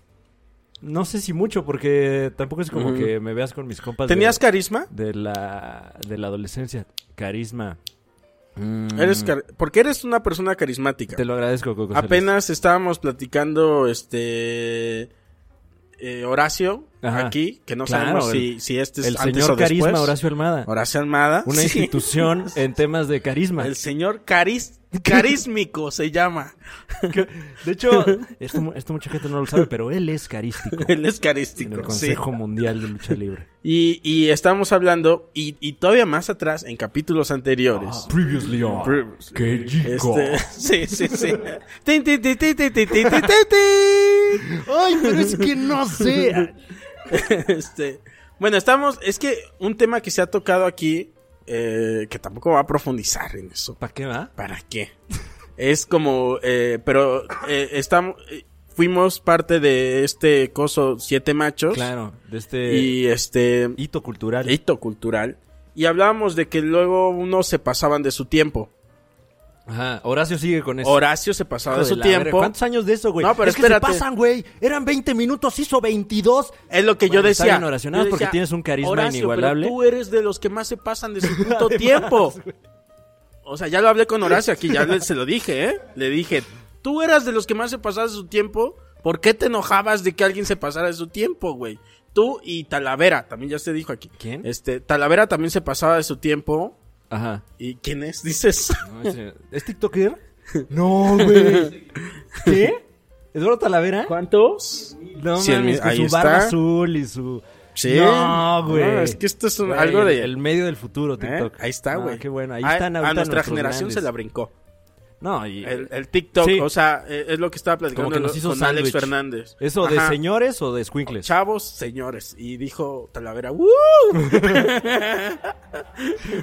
[SPEAKER 3] No sé si mucho, porque tampoco es como que me veas con mis compas. de-
[SPEAKER 2] ¿Tenías carisma?
[SPEAKER 3] de la, de la adolescencia. Carisma.
[SPEAKER 2] Eres car- Porque eres una persona carismática.
[SPEAKER 3] Mm. Te lo agradezco, Coco. Celis.
[SPEAKER 2] Apenas estábamos platicando, este... eh, Horacio,
[SPEAKER 3] Ajá.
[SPEAKER 2] aquí, que no
[SPEAKER 3] Claro,
[SPEAKER 2] sabemos si,
[SPEAKER 3] el-
[SPEAKER 2] si este es
[SPEAKER 3] El
[SPEAKER 2] antes
[SPEAKER 3] señor
[SPEAKER 2] o después.
[SPEAKER 3] Carisma Horacio Almada.
[SPEAKER 2] Horacio Almada.
[SPEAKER 3] Una
[SPEAKER 2] Sí.
[SPEAKER 3] institución en temas de carisma.
[SPEAKER 2] El señor caris- carísmico se llama.
[SPEAKER 3] Que- De hecho, esto, mu- esto mucha gente no lo sabe, pero él es carístico.
[SPEAKER 2] Él es
[SPEAKER 3] En el
[SPEAKER 2] carístico, sí.
[SPEAKER 3] Consejo Mundial de Lucha Libre.
[SPEAKER 2] Y, y estamos hablando, y, y todavía más atrás, en capítulos anteriores.
[SPEAKER 3] Ah, Previously on. ¡Qué
[SPEAKER 2] Este, sí, sí, sí. Tin, tin, tin, tin, tin, tin, tin, tin, tin.
[SPEAKER 3] ¡Ay, pero es que no sé!
[SPEAKER 2] Este, bueno, estamos, es que un tema que se ha tocado aquí, eh, que tampoco va a profundizar en eso.
[SPEAKER 3] ¿Para qué va?
[SPEAKER 2] ¿Para qué? Es como, eh, pero eh, estamos, eh, fuimos parte de este coso siete machos
[SPEAKER 3] Claro, de este
[SPEAKER 2] y este
[SPEAKER 3] hito cultural.
[SPEAKER 2] hito cultural y hablábamos de que luego unos se pasaban de su tiempo.
[SPEAKER 3] Ajá, Horacio sigue con eso.
[SPEAKER 2] Horacio se pasaba
[SPEAKER 3] Hijo
[SPEAKER 2] de
[SPEAKER 3] de
[SPEAKER 2] su
[SPEAKER 3] la verga,
[SPEAKER 2] tiempo.
[SPEAKER 3] ¿Cuántos años de eso, güey?
[SPEAKER 2] No, pero
[SPEAKER 3] es
[SPEAKER 2] espérate.
[SPEAKER 3] que se pasan, güey. Eran 20 minutos, hizo 22.
[SPEAKER 2] Es lo que yo
[SPEAKER 3] Bueno, está
[SPEAKER 2] decía.
[SPEAKER 3] bien, Horacio, nada
[SPEAKER 2] Yo
[SPEAKER 3] más porque
[SPEAKER 2] decía,
[SPEAKER 3] tienes un carisma
[SPEAKER 2] "Horacio,
[SPEAKER 3] inigualable".
[SPEAKER 2] Pero tú eres de los que más se pasan de su puto tiempo. O sea, ya lo hablé con Horacio aquí, ya le- se lo dije, ¿eh? Le dije, tú eras de los que más se pasaban de su tiempo. ¿Por qué te enojabas de que alguien se pasara de su tiempo, güey? Tú y Talavera, también ya se dijo aquí.
[SPEAKER 3] ¿Quién?
[SPEAKER 2] Este, Talavera también se pasaba de su tiempo.
[SPEAKER 3] Ajá.
[SPEAKER 2] ¿Y quién es? Dices.
[SPEAKER 3] No, ese- ¿Es TikToker? No, güey. ¿Qué? ¿Eduardo Talavera?
[SPEAKER 2] ¿Cuántos?
[SPEAKER 3] No
[SPEAKER 2] Cien
[SPEAKER 3] mames,
[SPEAKER 2] mil-
[SPEAKER 3] con
[SPEAKER 2] ahí
[SPEAKER 3] su
[SPEAKER 2] está.
[SPEAKER 3] barba azul y su...
[SPEAKER 2] Sí.
[SPEAKER 3] Ah, No, güey.
[SPEAKER 2] No, es que esto es un-
[SPEAKER 3] Güey,
[SPEAKER 2] algo de- ¿Eh?
[SPEAKER 3] El medio del futuro, TikTok.
[SPEAKER 2] Ahí está,
[SPEAKER 3] No,
[SPEAKER 2] güey.
[SPEAKER 3] qué bueno, ahí
[SPEAKER 2] a,
[SPEAKER 3] están
[SPEAKER 2] a
[SPEAKER 3] ahorita
[SPEAKER 2] nuestra
[SPEAKER 3] nuestros
[SPEAKER 2] generación se
[SPEAKER 3] grandes.
[SPEAKER 2] la brincó.
[SPEAKER 3] No, y...
[SPEAKER 2] El, el TikTok,
[SPEAKER 3] Sí.
[SPEAKER 2] o sea, eh, es lo que estaba platicando
[SPEAKER 3] Como que nos hizo
[SPEAKER 2] con Alex
[SPEAKER 3] sándwich.
[SPEAKER 2] Fernández.
[SPEAKER 3] ¿Eso de
[SPEAKER 2] Ajá.
[SPEAKER 3] señores o de squinkles?
[SPEAKER 2] Chavos, señores. Y dijo Talavera, ¡Woo!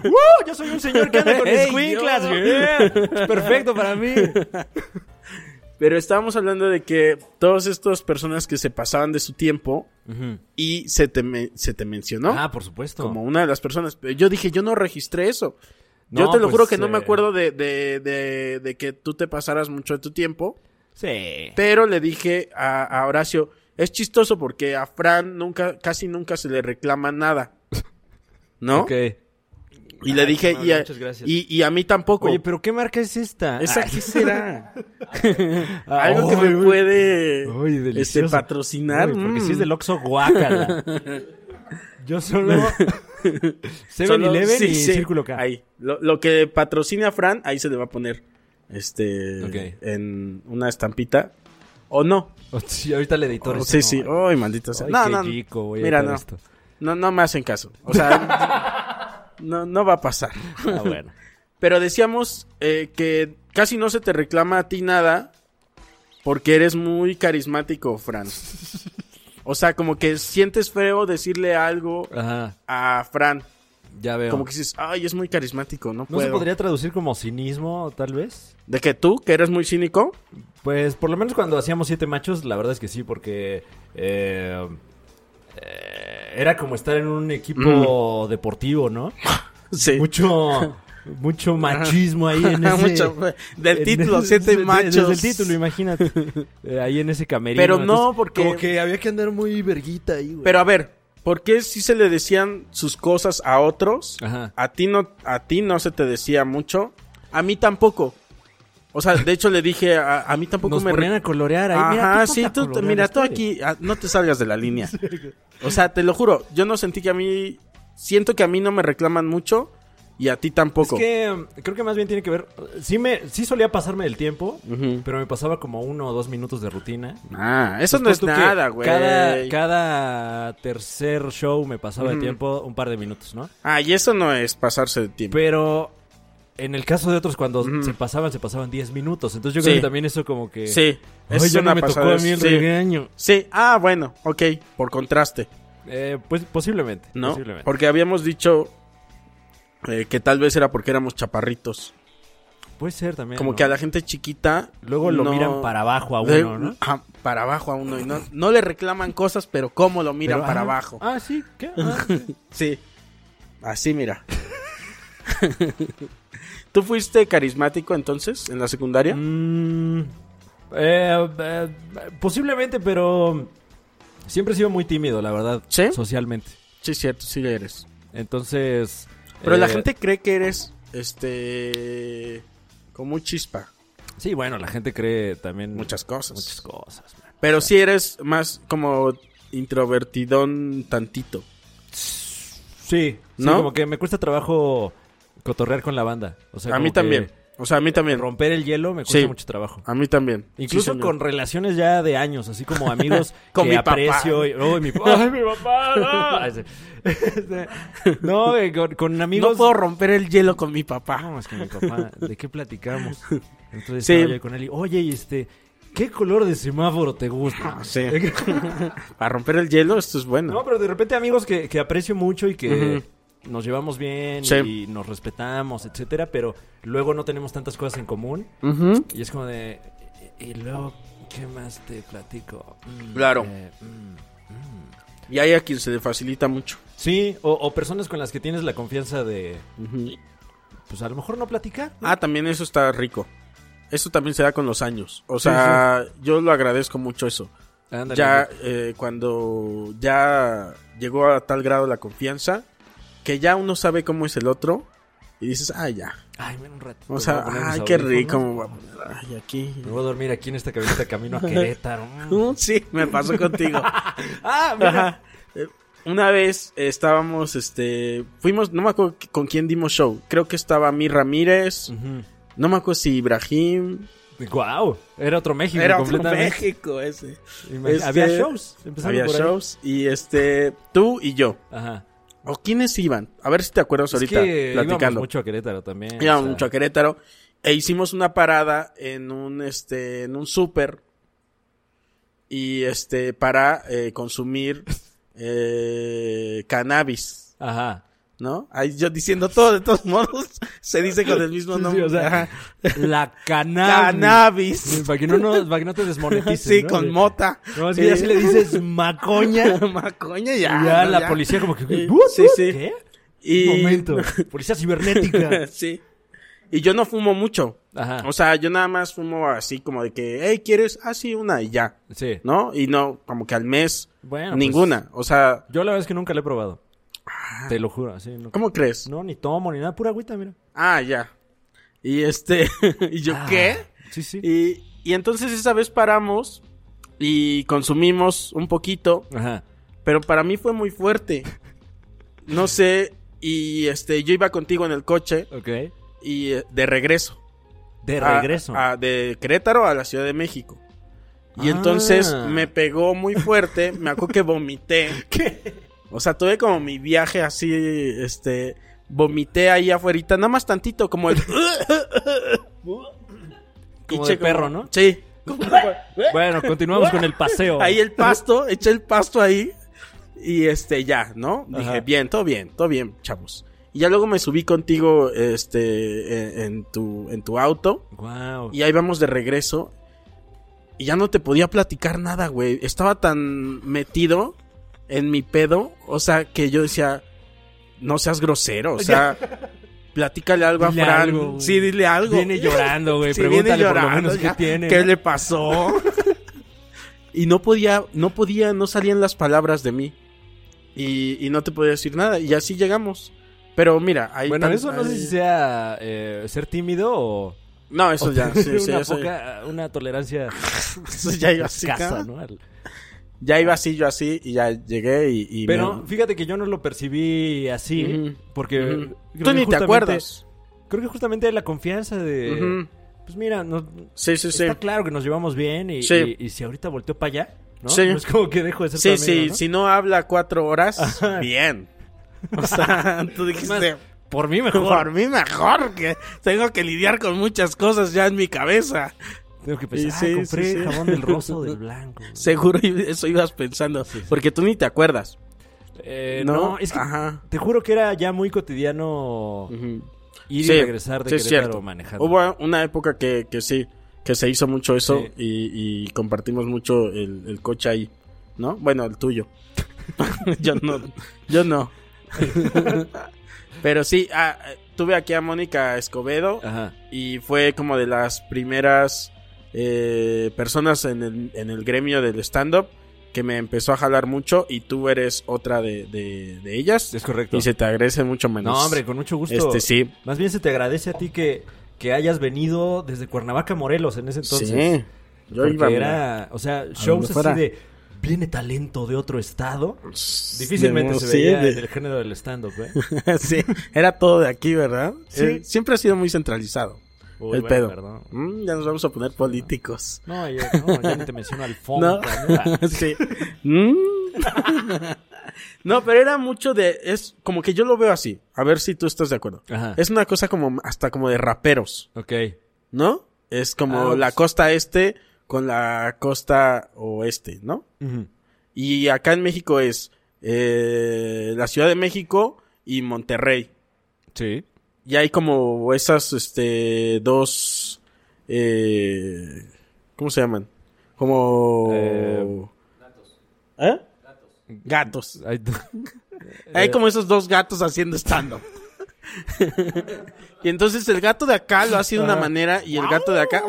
[SPEAKER 3] ¡Uh! Yo soy un señor que anda con
[SPEAKER 2] Ey,
[SPEAKER 3] squinklas,
[SPEAKER 2] yo.
[SPEAKER 3] güey. Es perfecto para mí.
[SPEAKER 2] Pero estábamos hablando de que todas estas personas que se pasaban de su tiempo y se te, me- se te mencionó
[SPEAKER 3] Ah, por supuesto.
[SPEAKER 2] como una de las personas. Pero yo dije, yo no registré eso. yo
[SPEAKER 3] No,
[SPEAKER 2] te lo juro
[SPEAKER 3] pues,
[SPEAKER 2] que no me
[SPEAKER 3] eh.
[SPEAKER 2] acuerdo de, de- de- de que tú te pasaras mucho de tu tiempo.
[SPEAKER 3] Sí.
[SPEAKER 2] Pero le dije a, a Horacio, es chistoso porque a Fran nunca, casi nunca se le reclama nada. ¿No?
[SPEAKER 3] Ok.
[SPEAKER 2] Y le dije,
[SPEAKER 3] amable,
[SPEAKER 2] y a,
[SPEAKER 3] muchas gracias.
[SPEAKER 2] y, y a mí tampoco.
[SPEAKER 3] Oye, pero ¿qué marca es esta?
[SPEAKER 2] ¿Esa qué será?
[SPEAKER 3] Ah,
[SPEAKER 2] Algo que
[SPEAKER 3] ay,
[SPEAKER 2] me
[SPEAKER 3] güey.
[SPEAKER 2] puede
[SPEAKER 3] Ay,
[SPEAKER 2] este,
[SPEAKER 3] delicioso.
[SPEAKER 2] patrocinar.
[SPEAKER 3] Uy, porque
[SPEAKER 2] Mm.
[SPEAKER 3] si es del Oxxo, guácala. Yo solo...
[SPEAKER 2] Solo-
[SPEAKER 3] 7-Eleven
[SPEAKER 2] sí,
[SPEAKER 3] y
[SPEAKER 2] sí.
[SPEAKER 3] Círculo K.
[SPEAKER 2] Ahí. Lo, lo que patrocina Fran, ahí se le va a poner este
[SPEAKER 3] Ok.
[SPEAKER 2] en una estampita. O no.
[SPEAKER 3] Oh, sí, ahorita el editor.
[SPEAKER 2] O-
[SPEAKER 3] dice,
[SPEAKER 2] sí, sí.
[SPEAKER 3] no,
[SPEAKER 2] Ay, maldito sea.
[SPEAKER 3] Ay,
[SPEAKER 2] No,
[SPEAKER 3] qué
[SPEAKER 2] no.
[SPEAKER 3] rico, voy a
[SPEAKER 2] Mira,
[SPEAKER 3] editar
[SPEAKER 2] no.
[SPEAKER 3] esto.
[SPEAKER 2] No, no me hacen caso. O sea, no, no va a pasar.
[SPEAKER 3] Ah, bueno.
[SPEAKER 2] Pero decíamos eh, que casi no se te reclama a ti nada porque eres muy carismático, Fran. O sea, como que sientes feo decirle algo
[SPEAKER 3] Ajá.
[SPEAKER 2] a Fran.
[SPEAKER 3] Ya veo.
[SPEAKER 2] Como que dices, ay, es muy carismático, no,
[SPEAKER 3] ¿No
[SPEAKER 2] puedo.
[SPEAKER 3] se podría traducir como cinismo, tal vez?
[SPEAKER 2] De que tú, que eres muy cínico,
[SPEAKER 3] Pues por lo menos cuando hacíamos siete machos, la verdad es que sí, porque eh, eh, era como estar en un equipo deportivo, ¿no?
[SPEAKER 2] sí.
[SPEAKER 3] Mucho, mucho machismo ahí en ese...
[SPEAKER 2] Mucho- del
[SPEAKER 3] en
[SPEAKER 2] título,
[SPEAKER 3] ese-
[SPEAKER 2] siete
[SPEAKER 3] desde-
[SPEAKER 2] machos.
[SPEAKER 3] Desde el título, imagínate. Eh, ahí en ese camerino.
[SPEAKER 2] Pero no,
[SPEAKER 3] Entonces,
[SPEAKER 2] porque-
[SPEAKER 3] Como que había que andar muy verguita ahí, güey.
[SPEAKER 2] Pero a ver, ¿por qué si se le decían sus cosas a otros?
[SPEAKER 3] Ajá.
[SPEAKER 2] A ti no, a ti no se te decía mucho. A mí tampoco. O sea, de hecho le dije, a, a mí tampoco
[SPEAKER 3] Nos
[SPEAKER 2] me... re-
[SPEAKER 3] ponían a colorear ahí. mira,
[SPEAKER 2] Ajá,
[SPEAKER 3] tú
[SPEAKER 2] sí,
[SPEAKER 3] ponte a
[SPEAKER 2] tú,
[SPEAKER 3] colorear
[SPEAKER 2] mira,
[SPEAKER 3] la
[SPEAKER 2] tú
[SPEAKER 3] historia.
[SPEAKER 2] aquí, ah, no te salgas de la línea. O sea, te lo juro, yo no sentí que a mí, siento que a mí no me reclaman mucho y a ti
[SPEAKER 3] Es
[SPEAKER 2] tampoco.
[SPEAKER 3] que um, creo que más bien tiene que ver. Sí, me, sí solía pasarme el tiempo, pero me pasaba como uno o dos minutos de rutina.
[SPEAKER 2] Ah, eso no
[SPEAKER 3] pues Pon
[SPEAKER 2] es
[SPEAKER 3] tú que
[SPEAKER 2] nada, güey.
[SPEAKER 3] Cada, cada tercer show me pasaba el tiempo un par de minutos, ¿no?
[SPEAKER 2] Ah, y eso no es pasarse de tiempo.
[SPEAKER 3] Pero en el caso de otros, cuando se pasaban, se pasaban 10 minutos. Entonces yo creo
[SPEAKER 2] Sí.
[SPEAKER 3] que también eso como que.
[SPEAKER 2] Sí.
[SPEAKER 3] Ay,
[SPEAKER 2] eso
[SPEAKER 3] ya no me tocó
[SPEAKER 2] pasada
[SPEAKER 3] a
[SPEAKER 2] es-
[SPEAKER 3] mí el
[SPEAKER 2] sí.
[SPEAKER 3] regaño.
[SPEAKER 2] Sí, ah, bueno, ok, por contraste,
[SPEAKER 3] Eh, pues posiblemente.
[SPEAKER 2] ¿no?
[SPEAKER 3] posiblemente.
[SPEAKER 2] Porque habíamos dicho eh, que tal vez era porque éramos chaparritos.
[SPEAKER 3] Puede ser también.
[SPEAKER 2] Como
[SPEAKER 3] ¿no?
[SPEAKER 2] que a la gente chiquita...
[SPEAKER 3] Luego lo
[SPEAKER 2] no-
[SPEAKER 3] miran para abajo a uno,
[SPEAKER 2] de-
[SPEAKER 3] ¿no?
[SPEAKER 2] ajá, para abajo a uno y no, no le reclaman cosas, pero cómo lo miran
[SPEAKER 3] Pero,
[SPEAKER 2] para
[SPEAKER 3] ah,
[SPEAKER 2] abajo.
[SPEAKER 3] Ah, sí, ¿qué? Ah, sí.
[SPEAKER 2] Sí. Así, mira. ¿Tú fuiste carismático entonces en la secundaria?
[SPEAKER 3] Mm, eh, eh, posiblemente, pero siempre he sido muy tímido, la verdad,
[SPEAKER 2] ¿Sí?
[SPEAKER 3] socialmente.
[SPEAKER 2] Sí, cierto, sí eres.
[SPEAKER 3] Entonces...
[SPEAKER 2] Pero
[SPEAKER 3] eh,
[SPEAKER 2] la gente cree que eres, este, como un chispa,
[SPEAKER 3] Sí, bueno, la gente cree también...
[SPEAKER 2] muchas cosas.
[SPEAKER 3] Muchas cosas. man.
[SPEAKER 2] Pero sí eres más como introvertidón tantito.
[SPEAKER 3] Sí, ¿No?
[SPEAKER 2] ¿No?
[SPEAKER 3] como que me cuesta trabajo cotorrear con la banda. O sea,
[SPEAKER 2] A
[SPEAKER 3] como
[SPEAKER 2] mí
[SPEAKER 3] que
[SPEAKER 2] también. O sea, a mí también.
[SPEAKER 3] Romper el hielo me cuesta
[SPEAKER 2] Sí.
[SPEAKER 3] mucho trabajo.
[SPEAKER 2] A mí también. Sí,
[SPEAKER 3] Incluso
[SPEAKER 2] señor.
[SPEAKER 3] con relaciones ya de años, así como amigos
[SPEAKER 2] Con
[SPEAKER 3] que
[SPEAKER 2] mi papá.
[SPEAKER 3] aprecio. y- ¡Ay, mi, pa- ¡Ay, mi papá! no! Ay, sí. Este, no, eh, con, con amigos. Ah,
[SPEAKER 2] No puedo romper el hielo con mi papá.
[SPEAKER 3] No, es que mi papá, ¿de qué platicamos? Entonces
[SPEAKER 2] Sí.
[SPEAKER 3] estaba yo con él y, oye, y este, ¿qué color de semáforo te gusta?
[SPEAKER 2] Ah, Sí. Para romper el hielo esto es bueno.
[SPEAKER 3] no, pero de repente amigos que, que aprecio mucho y que nos llevamos bien
[SPEAKER 2] Sí.
[SPEAKER 3] y nos respetamos, etcétera, pero luego no tenemos tantas cosas en común. Y es como de, y, y luego, ¿qué más te platico? Mm,
[SPEAKER 2] Claro.
[SPEAKER 3] eh, mm.
[SPEAKER 2] Y hay a quien se le facilita mucho.
[SPEAKER 3] Sí, o, o personas con las que tienes la confianza de, pues a lo mejor no platicar.
[SPEAKER 2] Ah, también eso está rico. Eso también se da con los años. O sea, yo lo agradezco mucho eso.
[SPEAKER 3] Ándale,
[SPEAKER 2] ya
[SPEAKER 3] güey.
[SPEAKER 2] eh, cuando ya llegó a tal grado la confianza que ya uno sabe cómo es el otro y dices, ah, ya.
[SPEAKER 3] Ay, ven un ratito.
[SPEAKER 2] O
[SPEAKER 3] voy a
[SPEAKER 2] sea,
[SPEAKER 3] poner mis
[SPEAKER 2] ay, qué
[SPEAKER 3] audífonos.
[SPEAKER 2] rico. me voy a poner. Ay, aquí.
[SPEAKER 3] Me voy a dormir aquí en esta camioneta camino a Querétaro. Mm.
[SPEAKER 2] Mm, Sí, me pasó contigo.
[SPEAKER 3] ah,
[SPEAKER 2] Ajá. Eh, Una vez estábamos, este, fuimos, no me acuerdo qu- con quién dimos show. Creo que estaba Mir Ramírez. No me acuerdo si Ibrahim.
[SPEAKER 3] Wow, era otro México
[SPEAKER 2] Era otro
[SPEAKER 3] completamente.
[SPEAKER 2] México ese.
[SPEAKER 3] Ima-
[SPEAKER 2] Este,
[SPEAKER 3] Había shows. empezando
[SPEAKER 2] Había
[SPEAKER 3] por ahí.
[SPEAKER 2] shows y este, tú y yo.
[SPEAKER 3] Ajá.
[SPEAKER 2] ¿O quiénes iban? A ver si te acuerdas Pues ahorita
[SPEAKER 3] es que
[SPEAKER 2] platicando.
[SPEAKER 3] íbamos mucho a Querétaro también.
[SPEAKER 2] Íbamos
[SPEAKER 3] o sea,
[SPEAKER 2] mucho a Querétaro e hicimos una parada en un este en un súper y este para eh, consumir eh, cannabis,
[SPEAKER 3] Ajá.
[SPEAKER 2] ¿no? Ahí yo diciendo todo de todos modos se dice con el mismo
[SPEAKER 3] Sí, sí,
[SPEAKER 2] nombre.
[SPEAKER 3] o sea,
[SPEAKER 2] Ajá.
[SPEAKER 3] La cannabis.
[SPEAKER 2] cannabis.
[SPEAKER 3] Para que no, nos- para que no te desmonetices.
[SPEAKER 2] Sí,
[SPEAKER 3] ¿no?
[SPEAKER 2] con
[SPEAKER 3] De-
[SPEAKER 2] mota.
[SPEAKER 3] No, es que ya si le dices macoña.
[SPEAKER 2] Macoña
[SPEAKER 3] Ya,
[SPEAKER 2] ya. ¿no?
[SPEAKER 3] la
[SPEAKER 2] Ya.
[SPEAKER 3] policía como que...
[SPEAKER 2] Sí,
[SPEAKER 3] "Uh,
[SPEAKER 2] sí,
[SPEAKER 3] uh,
[SPEAKER 2] sí.
[SPEAKER 3] ¿Qué?
[SPEAKER 2] Y-
[SPEAKER 3] Un momento. Policía cibernética.
[SPEAKER 2] sí. Y yo no fumo mucho.
[SPEAKER 3] Ajá.
[SPEAKER 2] O sea, yo nada más fumo así como de que, hey, ¿quieres? Ah, sí, una y ya.
[SPEAKER 3] Sí.
[SPEAKER 2] ¿No? Y no, como que al mes.
[SPEAKER 3] Bueno, pues-
[SPEAKER 2] Ninguna. O sea,
[SPEAKER 3] Yo la verdad es que nunca la he probado. Te lo juro, así. nunca.
[SPEAKER 2] Ah. ¿cómo crees?
[SPEAKER 3] No, ni tomo ni nada, pura agüita, mira.
[SPEAKER 2] Ah, ya. Y este. ¿Y yo
[SPEAKER 3] Ah.
[SPEAKER 2] qué?
[SPEAKER 3] Sí, sí.
[SPEAKER 2] Y, y entonces esa vez paramos y consumimos un poquito,
[SPEAKER 3] Ajá.
[SPEAKER 2] pero para mí fue muy fuerte. No sé. Y este, yo iba contigo en el coche
[SPEAKER 3] Ok.
[SPEAKER 2] y eh, de regreso.
[SPEAKER 3] De
[SPEAKER 2] a-
[SPEAKER 3] regreso.
[SPEAKER 2] a- de Querétaro a la Ciudad de México. Y
[SPEAKER 3] Ah.
[SPEAKER 2] entonces me pegó muy fuerte, me acuerdo que vomité. O sea, tuve como mi viaje así, este, vomité ahí afuerita, nada más tantito, como el...
[SPEAKER 3] Como
[SPEAKER 2] Eché
[SPEAKER 3] de perro, ¿no? Oh.
[SPEAKER 2] Sí.
[SPEAKER 3] Bueno, continuamos con el paseo.
[SPEAKER 2] ¿eh? Ahí el pasto, eché el pasto ahí y este, ya, ¿no? Dije,
[SPEAKER 3] Ajá.
[SPEAKER 2] bien, todo bien, todo bien, chavos. Y ya luego me subí contigo este, en, en tu, en tu auto.
[SPEAKER 3] Wow.
[SPEAKER 2] Y ahí vamos de regreso. Y ya no te podía platicar nada, güey. Estaba tan metido en mi pedo. O sea, que yo decía, no seas grosero. O sea, platícale algo
[SPEAKER 3] Dile
[SPEAKER 2] a Fran.
[SPEAKER 3] algo, güey.
[SPEAKER 2] sí, dile algo. eh,
[SPEAKER 3] Viene llorando, güey.
[SPEAKER 2] Sí, viene
[SPEAKER 3] Pregúntale por lo
[SPEAKER 2] llorando,
[SPEAKER 3] menos
[SPEAKER 2] ya.
[SPEAKER 3] qué tiene.
[SPEAKER 2] ¿Qué le pasó? y no podía, no podía, no salían las palabras de mí. Y, y no te podía decir nada. Y así llegamos. Pero mira, ahí
[SPEAKER 3] Bueno,
[SPEAKER 2] tan-
[SPEAKER 3] eso no sé
[SPEAKER 2] ahí-
[SPEAKER 3] si sea eh, ser tímido o...
[SPEAKER 2] No, eso
[SPEAKER 3] o
[SPEAKER 2] ya.
[SPEAKER 3] tener
[SPEAKER 2] Sí, sí,
[SPEAKER 3] una,
[SPEAKER 2] eso,
[SPEAKER 3] poca- una tolerancia
[SPEAKER 2] eso ya iba así.
[SPEAKER 3] escasa,
[SPEAKER 2] cabrón.
[SPEAKER 3] ¿no? Al-
[SPEAKER 2] Ya iba así, yo así, y ya llegué y. y
[SPEAKER 3] Pero mm,
[SPEAKER 2] me-
[SPEAKER 3] fíjate que yo no lo percibí así,
[SPEAKER 2] Ujú.
[SPEAKER 3] porque...
[SPEAKER 2] Ujú.
[SPEAKER 3] creo
[SPEAKER 2] Tú
[SPEAKER 3] que
[SPEAKER 2] ni te
[SPEAKER 3] justamente-
[SPEAKER 2] acuerdas.
[SPEAKER 3] Creo que justamente la confianza de...
[SPEAKER 2] Ujú.
[SPEAKER 3] Pues mira, no-
[SPEAKER 2] Sí, sí, sí.
[SPEAKER 3] está claro que nos llevamos bien y,
[SPEAKER 2] Sí.
[SPEAKER 3] y- y si ahorita volteo para allá, ¿no?
[SPEAKER 2] Sí.
[SPEAKER 3] No es como que dejo de ser
[SPEAKER 2] Sí,
[SPEAKER 3] tu
[SPEAKER 2] sí,
[SPEAKER 3] amigo, ¿no?
[SPEAKER 2] si no habla cuatro horas,
[SPEAKER 3] Ajá.
[SPEAKER 2] bien. O sea, tú dijiste.
[SPEAKER 3] Por mí mejor.
[SPEAKER 2] Por mí mejor, que tengo que lidiar con muchas cosas ya en mi cabeza.
[SPEAKER 3] Tengo que
[SPEAKER 2] Y
[SPEAKER 3] pensar,
[SPEAKER 2] sí,
[SPEAKER 3] ah, compré
[SPEAKER 2] sí, sí.
[SPEAKER 3] jabón del roso del blanco. güey.
[SPEAKER 2] Seguro eso ibas pensando, porque tú ni te acuerdas.
[SPEAKER 3] Eh,
[SPEAKER 2] ¿No?
[SPEAKER 3] no, es que
[SPEAKER 2] Ajá.
[SPEAKER 3] te juro que era ya muy cotidiano ir
[SPEAKER 2] Sí,
[SPEAKER 3] y regresar de
[SPEAKER 2] sí, es
[SPEAKER 3] Querétaro
[SPEAKER 2] cierto.
[SPEAKER 3] manejando.
[SPEAKER 2] Hubo una época que, que sí, que se hizo mucho eso
[SPEAKER 3] Sí.
[SPEAKER 2] y, y compartimos mucho el, el coche ahí, ¿no? Bueno, el tuyo. yo no, yo no. Pero sí, ah, eh, tuve aquí a Mónica Escobedo
[SPEAKER 3] Ajá.
[SPEAKER 2] y fue como de las primeras eh, personas en el, en el gremio del stand-up que me empezó a jalar mucho y tú eres otra de, de- de ellas.
[SPEAKER 3] Es correcto.
[SPEAKER 2] Y se te agradece mucho menos.
[SPEAKER 3] No, hombre, con mucho gusto.
[SPEAKER 2] Este sí.
[SPEAKER 3] Más bien se te agradece a ti que, que hayas venido desde Cuernavaca, Morelos, en ese entonces.
[SPEAKER 2] sí. Yo
[SPEAKER 3] Porque
[SPEAKER 2] iba mira,
[SPEAKER 3] era, o sea, shows
[SPEAKER 2] fuera.
[SPEAKER 3] así de viene talento de otro estado.
[SPEAKER 2] pss,
[SPEAKER 3] Difícilmente
[SPEAKER 2] de-
[SPEAKER 3] se
[SPEAKER 2] sí,
[SPEAKER 3] veía
[SPEAKER 2] de-
[SPEAKER 3] en el género del stand-up, ¿eh?
[SPEAKER 2] sí, era todo de aquí, ¿verdad?
[SPEAKER 3] Sí.
[SPEAKER 2] Eh, siempre ha sido muy centralizado.
[SPEAKER 3] Uy,
[SPEAKER 2] el
[SPEAKER 3] bueno,
[SPEAKER 2] pedo.
[SPEAKER 3] perdón.
[SPEAKER 2] Mm, ya nos vamos a poner políticos.
[SPEAKER 3] No, ya, no, ya ni te menciono al
[SPEAKER 2] No.
[SPEAKER 3] fondo. pues, ¿no?
[SPEAKER 2] Sí. Mm. no, pero era mucho de. Es como que yo lo veo así. A ver si tú estás de acuerdo.
[SPEAKER 3] Ajá.
[SPEAKER 2] Es una cosa como. Hasta como de raperos,
[SPEAKER 3] Ok.
[SPEAKER 2] ¿no? Es como
[SPEAKER 3] Ah,
[SPEAKER 2] la
[SPEAKER 3] pues.
[SPEAKER 2] costa este con la costa oeste, ¿no?
[SPEAKER 3] Ujú.
[SPEAKER 2] Y acá en México es. eh, la Ciudad de México y Monterrey.
[SPEAKER 3] Sí.
[SPEAKER 2] Y hay como esas, este, dos, eh, ¿cómo se llaman? Como...
[SPEAKER 3] Eh,
[SPEAKER 2] ¿Eh? Gatos.
[SPEAKER 3] Ay, tú- Eh.
[SPEAKER 2] Hay como esos dos gatos haciendo stand-up. y entonces el gato de acá lo hace de una manera y el gato de acá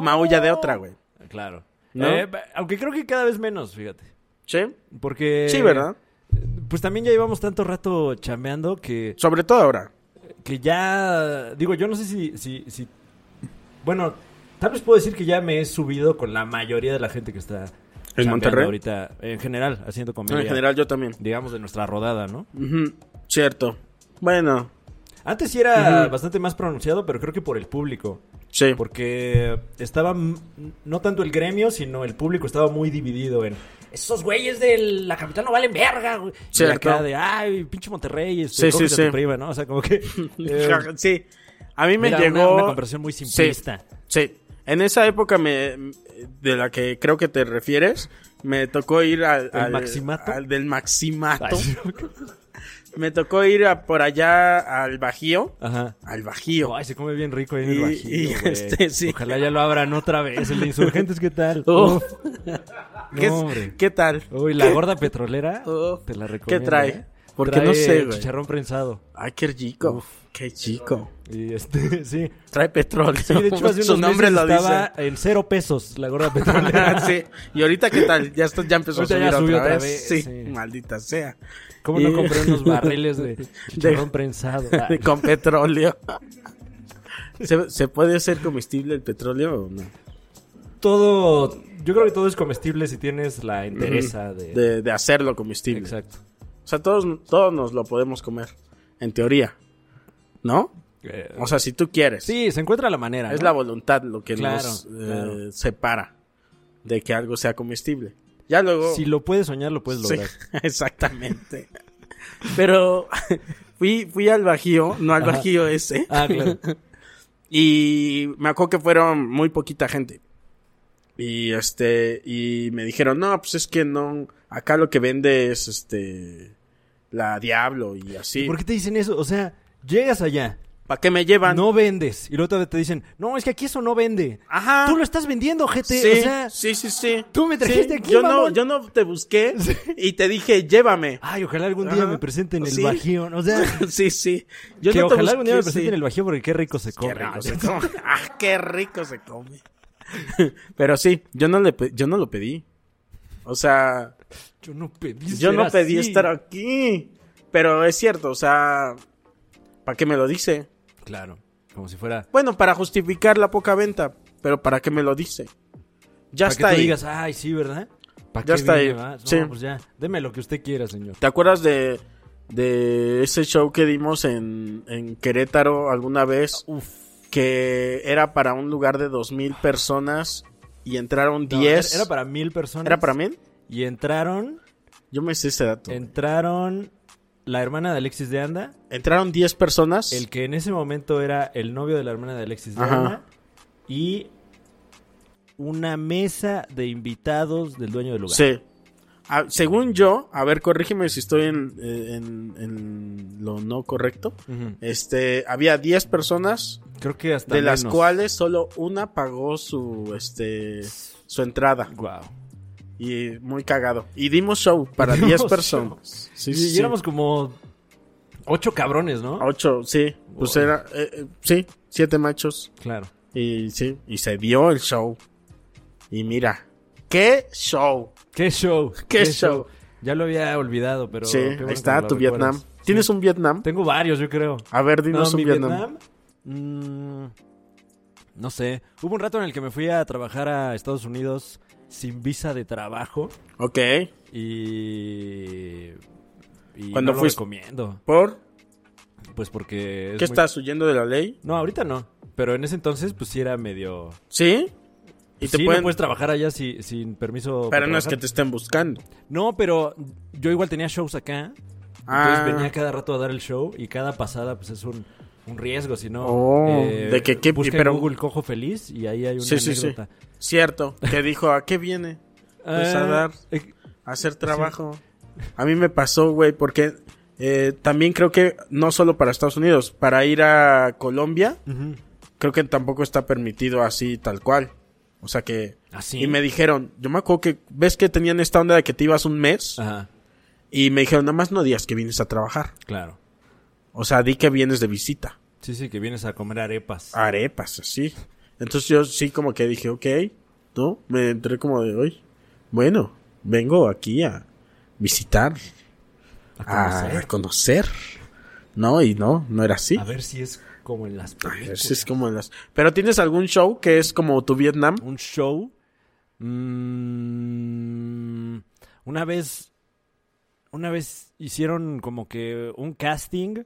[SPEAKER 2] maulla de otra, güey.
[SPEAKER 3] Claro.
[SPEAKER 2] ¿No?
[SPEAKER 3] Eh, ba- aunque creo que cada vez menos, fíjate.
[SPEAKER 2] ¿Sí?
[SPEAKER 3] Porque.
[SPEAKER 2] Sí, ¿verdad?
[SPEAKER 3] Pues también ya llevamos tanto rato chambeando que,
[SPEAKER 2] Sobre todo ahora.
[SPEAKER 3] que ya. Digo, yo no sé si, si, si. Bueno, tal vez puedo decir que ya me he subido con la mayoría de la gente que está. chambeando
[SPEAKER 2] Monterrey?
[SPEAKER 3] Ahorita, en general, haciendo comedia.
[SPEAKER 2] En general yo también.
[SPEAKER 3] Digamos de nuestra rodada, ¿no?
[SPEAKER 2] Ujú, Cierto. Bueno,
[SPEAKER 3] Antes sí era bastante más pronunciado, pero creo que por el público.
[SPEAKER 2] sí.
[SPEAKER 3] Porque estaba m- no tanto el gremio, sino el público estaba muy dividido en esos güeyes de la capital no valen verga, güey. Y
[SPEAKER 2] Cierto.
[SPEAKER 3] acá de ay, pinche Monterrey,
[SPEAKER 2] Sí,
[SPEAKER 3] este,
[SPEAKER 2] sí,
[SPEAKER 3] cógete a tu
[SPEAKER 2] sí.
[SPEAKER 3] prima", ¿no? O sea, como que eh,
[SPEAKER 2] sí. A mí me
[SPEAKER 3] Era
[SPEAKER 2] llegó.
[SPEAKER 3] una- una conversación muy
[SPEAKER 2] Sí,
[SPEAKER 3] simplista.
[SPEAKER 2] Sí, En esa época me, de la que creo que te refieres, me tocó ir al.
[SPEAKER 3] ¿El
[SPEAKER 2] al-
[SPEAKER 3] Maximato?
[SPEAKER 2] al del Maximato.
[SPEAKER 3] ay,
[SPEAKER 2] Me tocó ir a- por allá al Bajío.
[SPEAKER 3] ajá.
[SPEAKER 2] Al Bajío.
[SPEAKER 3] Ay, se come bien rico ahí en
[SPEAKER 2] Y-
[SPEAKER 3] el
[SPEAKER 2] y,
[SPEAKER 3] bajío, güey.
[SPEAKER 2] este, sí.
[SPEAKER 3] Ojalá ya lo abran otra vez. El de Insurgentes, ¿qué tal?
[SPEAKER 2] Uf.
[SPEAKER 3] Uf.
[SPEAKER 2] ¿Qué,
[SPEAKER 3] No, hombre.
[SPEAKER 2] qué tal?
[SPEAKER 3] Uy, la
[SPEAKER 2] ¿Qué?
[SPEAKER 3] gorda petrolera,
[SPEAKER 2] Uf.
[SPEAKER 3] te la
[SPEAKER 2] ¿Qué
[SPEAKER 3] recomiendo.
[SPEAKER 2] trae?
[SPEAKER 3] ¿eh?
[SPEAKER 2] Porque no
[SPEAKER 3] Trae
[SPEAKER 2] sé, güey.
[SPEAKER 3] chicharrón prensado.
[SPEAKER 2] Ay, qué rico. Qué chico.
[SPEAKER 3] Y este, sí.
[SPEAKER 2] Trae petróleo.
[SPEAKER 3] Sí, de hecho, hace
[SPEAKER 2] Su
[SPEAKER 3] unos
[SPEAKER 2] nombre
[SPEAKER 3] meses
[SPEAKER 2] lo
[SPEAKER 3] estaba
[SPEAKER 2] dice.
[SPEAKER 3] en cero pesos la gorda petrolera.
[SPEAKER 2] sí. Y ahorita, ¿qué tal? Ya, está- ya empezó
[SPEAKER 3] Ahorita
[SPEAKER 2] a
[SPEAKER 3] ya
[SPEAKER 2] subir
[SPEAKER 3] subió
[SPEAKER 2] otra,
[SPEAKER 3] otra
[SPEAKER 2] vez.
[SPEAKER 3] vez,
[SPEAKER 2] Sí,
[SPEAKER 3] sí.
[SPEAKER 2] maldita sea.
[SPEAKER 3] ¿Cómo no
[SPEAKER 2] Y-
[SPEAKER 3] compré unos barriles de chicharrón prensado? Ah,
[SPEAKER 2] De- con petróleo. ¿Se, se puede hacer comestible el petróleo o no?
[SPEAKER 3] todo, yo creo que todo es comestible si tienes la entereza de...
[SPEAKER 2] Mm. De, de hacerlo comestible.
[SPEAKER 3] Exacto.
[SPEAKER 2] O sea, todos, todos nos lo podemos comer, en teoría. ¿No?
[SPEAKER 3] Eh,
[SPEAKER 2] O sea, si tú quieres.
[SPEAKER 3] sí, se encuentra la manera.
[SPEAKER 2] Es
[SPEAKER 3] ¿no?
[SPEAKER 2] la voluntad lo que
[SPEAKER 3] Claro,
[SPEAKER 2] nos eh,
[SPEAKER 3] claro.
[SPEAKER 2] separa de que algo sea comestible. Ya luego...
[SPEAKER 3] Si lo puedes soñar, lo puedes
[SPEAKER 2] Sí,
[SPEAKER 3] lograr.
[SPEAKER 2] exactamente. Pero fui, fui al Bajío, no al Bajío ese.
[SPEAKER 3] Ah, claro.
[SPEAKER 2] Y me acuerdo que fueron muy poquita gente. Y este, y me dijeron, no, pues es que no, acá lo que vende es este, la Diablo y así.
[SPEAKER 3] ¿Por qué te dicen eso? O sea, llegas allá,
[SPEAKER 2] ¿Para qué me llevan?
[SPEAKER 3] no vendes. Y luego todavía te dicen, no, es que aquí eso no vende.
[SPEAKER 2] Ajá.
[SPEAKER 3] Tú lo estás vendiendo, GT.
[SPEAKER 2] sí,
[SPEAKER 3] O sea,
[SPEAKER 2] sí, sí, sí.
[SPEAKER 3] tú me trajiste
[SPEAKER 2] Sí,
[SPEAKER 3] aquí,
[SPEAKER 2] Yo no,
[SPEAKER 3] mamón. Ah.
[SPEAKER 2] yo no te busqué y te dije, llévame.
[SPEAKER 3] ay, ojalá algún día
[SPEAKER 2] Ajá.
[SPEAKER 3] me presenten en el
[SPEAKER 2] Sí.
[SPEAKER 3] Bajío. O sea,
[SPEAKER 2] sí, sí. Yo
[SPEAKER 3] que
[SPEAKER 2] no te
[SPEAKER 3] ojalá algún día me
[SPEAKER 2] busqué,
[SPEAKER 3] presenten
[SPEAKER 2] sí.
[SPEAKER 3] en el Bajío porque qué rico se come.
[SPEAKER 2] Qué rico
[SPEAKER 3] o
[SPEAKER 2] se
[SPEAKER 3] sea.
[SPEAKER 2] come. Ah, qué rico se come. Pero sí, yo no, le, pe- yo no lo pedí. O sea,
[SPEAKER 3] Yo no pedí
[SPEAKER 2] yo
[SPEAKER 3] ser
[SPEAKER 2] no pedí
[SPEAKER 3] así.
[SPEAKER 2] estar aquí. Pero es cierto, o sea, ¿para qué me lo dice?
[SPEAKER 3] Claro, como si fuera...
[SPEAKER 2] Bueno, para justificar la poca venta, pero ¿para qué me lo dice? Ya
[SPEAKER 3] Para que
[SPEAKER 2] está
[SPEAKER 3] tú
[SPEAKER 2] ahí.
[SPEAKER 3] digas, ay, sí, ¿verdad? ¿Para
[SPEAKER 2] Ya
[SPEAKER 3] qué
[SPEAKER 2] está
[SPEAKER 3] vine,
[SPEAKER 2] ahí,
[SPEAKER 3] va? No,
[SPEAKER 2] sí.
[SPEAKER 3] pues ya, deme lo que usted quiera, señor.
[SPEAKER 2] ¿Te acuerdas de, de ese show que dimos en, en Querétaro alguna vez? Que era para un lugar de 2.000 personas y entraron
[SPEAKER 3] No,
[SPEAKER 2] 10.
[SPEAKER 3] era- Era para mil personas.
[SPEAKER 2] ¿Era para mil?
[SPEAKER 3] Y entraron,
[SPEAKER 2] Yo me sé ese dato.
[SPEAKER 3] entraron la hermana de Alexis de Anda,
[SPEAKER 2] Entraron 10 personas.
[SPEAKER 3] el que en ese momento era el novio de la hermana de Alexis de
[SPEAKER 2] Ajá.
[SPEAKER 3] Anda, y una mesa de invitados del dueño del lugar.
[SPEAKER 2] Sí. Ah, según yo, a ver, corrígeme si estoy en, eh, en- en lo no correcto.
[SPEAKER 3] Ujú.
[SPEAKER 2] Este, había 10 personas,
[SPEAKER 3] Creo que hasta
[SPEAKER 2] de las
[SPEAKER 3] menos.
[SPEAKER 2] cuales solo una pagó su, este, su entrada.
[SPEAKER 3] Guau.
[SPEAKER 2] Y muy cagado. Y dimos show para
[SPEAKER 3] Dimos
[SPEAKER 2] 10
[SPEAKER 3] show.
[SPEAKER 2] personas. Sí,
[SPEAKER 3] y,
[SPEAKER 2] sí,
[SPEAKER 3] y
[SPEAKER 2] sí.
[SPEAKER 3] éramos como ocho cabrones, ¿no?
[SPEAKER 2] 8, sí. Pues
[SPEAKER 3] Wow.
[SPEAKER 2] era, eh, eh, sí, 7 machos.
[SPEAKER 3] Claro.
[SPEAKER 2] Y sí, y se dio el show. Y mira, qué show.
[SPEAKER 3] ¡Qué show!
[SPEAKER 2] ¡Qué show!
[SPEAKER 3] Ya lo había olvidado, pero...
[SPEAKER 2] sí,
[SPEAKER 3] qué bueno
[SPEAKER 2] ahí
[SPEAKER 3] que me
[SPEAKER 2] está
[SPEAKER 3] lo
[SPEAKER 2] tu Vietnam.
[SPEAKER 3] recuerdas.
[SPEAKER 2] ¿Tienes un Vietnam?
[SPEAKER 3] Tengo varios, yo creo.
[SPEAKER 2] A ver, dinos
[SPEAKER 3] no,
[SPEAKER 2] un
[SPEAKER 3] mi
[SPEAKER 2] Vietnam.
[SPEAKER 3] Vietnam... mm, no sé. Hubo un rato en el que me fui a trabajar a Estados Unidos sin visa de trabajo
[SPEAKER 2] Ok.
[SPEAKER 3] y... y
[SPEAKER 2] ¿Cuándo
[SPEAKER 3] no
[SPEAKER 2] fuiste?
[SPEAKER 3] lo recomiendo.
[SPEAKER 2] ¿Por
[SPEAKER 3] Pues porque... es
[SPEAKER 2] qué
[SPEAKER 3] muy-
[SPEAKER 2] estás huyendo de la ley?
[SPEAKER 3] No, ahorita no. Pero en ese entonces, pues sí era medio...
[SPEAKER 2] ¿Sí? Y te
[SPEAKER 3] sí,
[SPEAKER 2] pueden...
[SPEAKER 3] no puedes trabajar allá si- sin permiso. para
[SPEAKER 2] Pero no es que
[SPEAKER 3] trabajar.
[SPEAKER 2] te estén buscando.
[SPEAKER 3] No, pero yo igual tenía shows acá.
[SPEAKER 2] Ah.
[SPEAKER 3] Entonces venía cada rato a dar el show y cada pasada pues es un, un riesgo, si no. eh,
[SPEAKER 2] Oh, de que qué-
[SPEAKER 3] busca en
[SPEAKER 2] pero-
[SPEAKER 3] Google cojo feliz y ahí hay una
[SPEAKER 2] Sí, sí, sí.
[SPEAKER 3] anécdota.
[SPEAKER 2] Cierto. Que dijo, ¿a qué viene? Pues a
[SPEAKER 3] Ah,
[SPEAKER 2] dar,
[SPEAKER 3] eh,
[SPEAKER 2] a hacer trabajo. A mí me pasó, güey, porque eh, también creo que no solo para Estados Unidos, para ir a Colombia,
[SPEAKER 3] ujú.
[SPEAKER 2] creo que tampoco está permitido así tal cual. O sea que...
[SPEAKER 3] ¿Ah, sí?
[SPEAKER 2] Y me dijeron, yo me acuerdo que, ¿ves que tenían esta onda de que te ibas un mes?
[SPEAKER 3] Ajá,
[SPEAKER 2] Y me dijeron, nada más no digas que vienes a trabajar.
[SPEAKER 3] claro.
[SPEAKER 2] O sea, di que vienes de visita.
[SPEAKER 3] Sí, sí, que vienes a comer arepas.
[SPEAKER 2] ¿Ah, Arepas, así. Entonces yo sí como que dije, ok, ¿no? Me entré como de hoy. Bueno, vengo aquí a visitar,
[SPEAKER 3] a
[SPEAKER 2] a
[SPEAKER 3] conocer,
[SPEAKER 2] conocer. No, y no, no era así.
[SPEAKER 3] a ver si es como en las
[SPEAKER 2] Ay,
[SPEAKER 3] películas.
[SPEAKER 2] sí es como las... Pero tienes algún show que es como tu Vietnam.
[SPEAKER 3] un show. Mm, una vez. Una vez hicieron como que un casting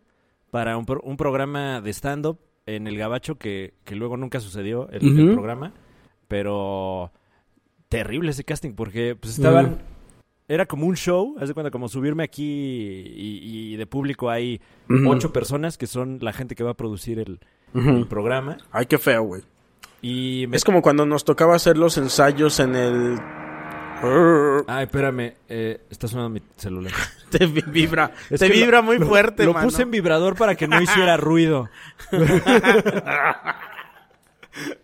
[SPEAKER 3] para un, pro- un programa de stand-up en el Gabacho que, que luego nunca sucedió el, el
[SPEAKER 2] Ujú.
[SPEAKER 3] programa. Pero terrible ese casting porque pues estaban. Era como un show, haz de cuenta, como subirme aquí y, y de público hay
[SPEAKER 2] Ujú.
[SPEAKER 3] ocho personas que son la gente que va a producir el, el programa.
[SPEAKER 2] Ay, qué feo, güey.
[SPEAKER 3] Y me
[SPEAKER 2] Es como cuando nos tocaba hacer los ensayos en el...
[SPEAKER 3] Ay, Ah, espérame, eh, está sonando mi celular.
[SPEAKER 2] Te vi- vibra,
[SPEAKER 3] Es
[SPEAKER 2] te
[SPEAKER 3] que lo-
[SPEAKER 2] vibra muy
[SPEAKER 3] lo-
[SPEAKER 2] fuerte,
[SPEAKER 3] Lo
[SPEAKER 2] mano.
[SPEAKER 3] puse en vibrador para que no hiciera ruido.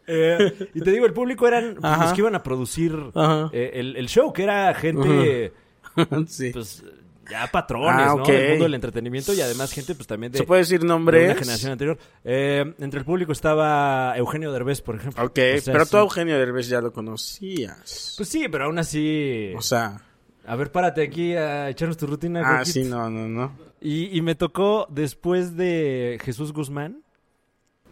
[SPEAKER 3] Eh, y te digo, el público eran pues, los que iban a producir
[SPEAKER 2] Ajá.
[SPEAKER 3] eh, el, el show, que era gente, eh,
[SPEAKER 2] Sí.
[SPEAKER 3] pues, ya patrones,
[SPEAKER 2] Ah,
[SPEAKER 3] ¿no?
[SPEAKER 2] ok.
[SPEAKER 3] Del mundo del entretenimiento y además gente, pues, también de,
[SPEAKER 2] ¿Se puede decir
[SPEAKER 3] de
[SPEAKER 2] nombre?
[SPEAKER 3] una generación anterior. Eh, entre el público estaba Eugenio Derbez, por ejemplo.
[SPEAKER 2] Ok,
[SPEAKER 3] O sea,
[SPEAKER 2] pero
[SPEAKER 3] sí.
[SPEAKER 2] tú a Eugenio Derbez ya lo conocías.
[SPEAKER 3] Pues sí, pero aún así...
[SPEAKER 2] o sea,
[SPEAKER 3] A ver, párate aquí a echarnos tu rutina.
[SPEAKER 2] ah,
[SPEAKER 3] Coquito.
[SPEAKER 2] sí, no, no, no.
[SPEAKER 3] Y, y me tocó después de Jesús Guzmán.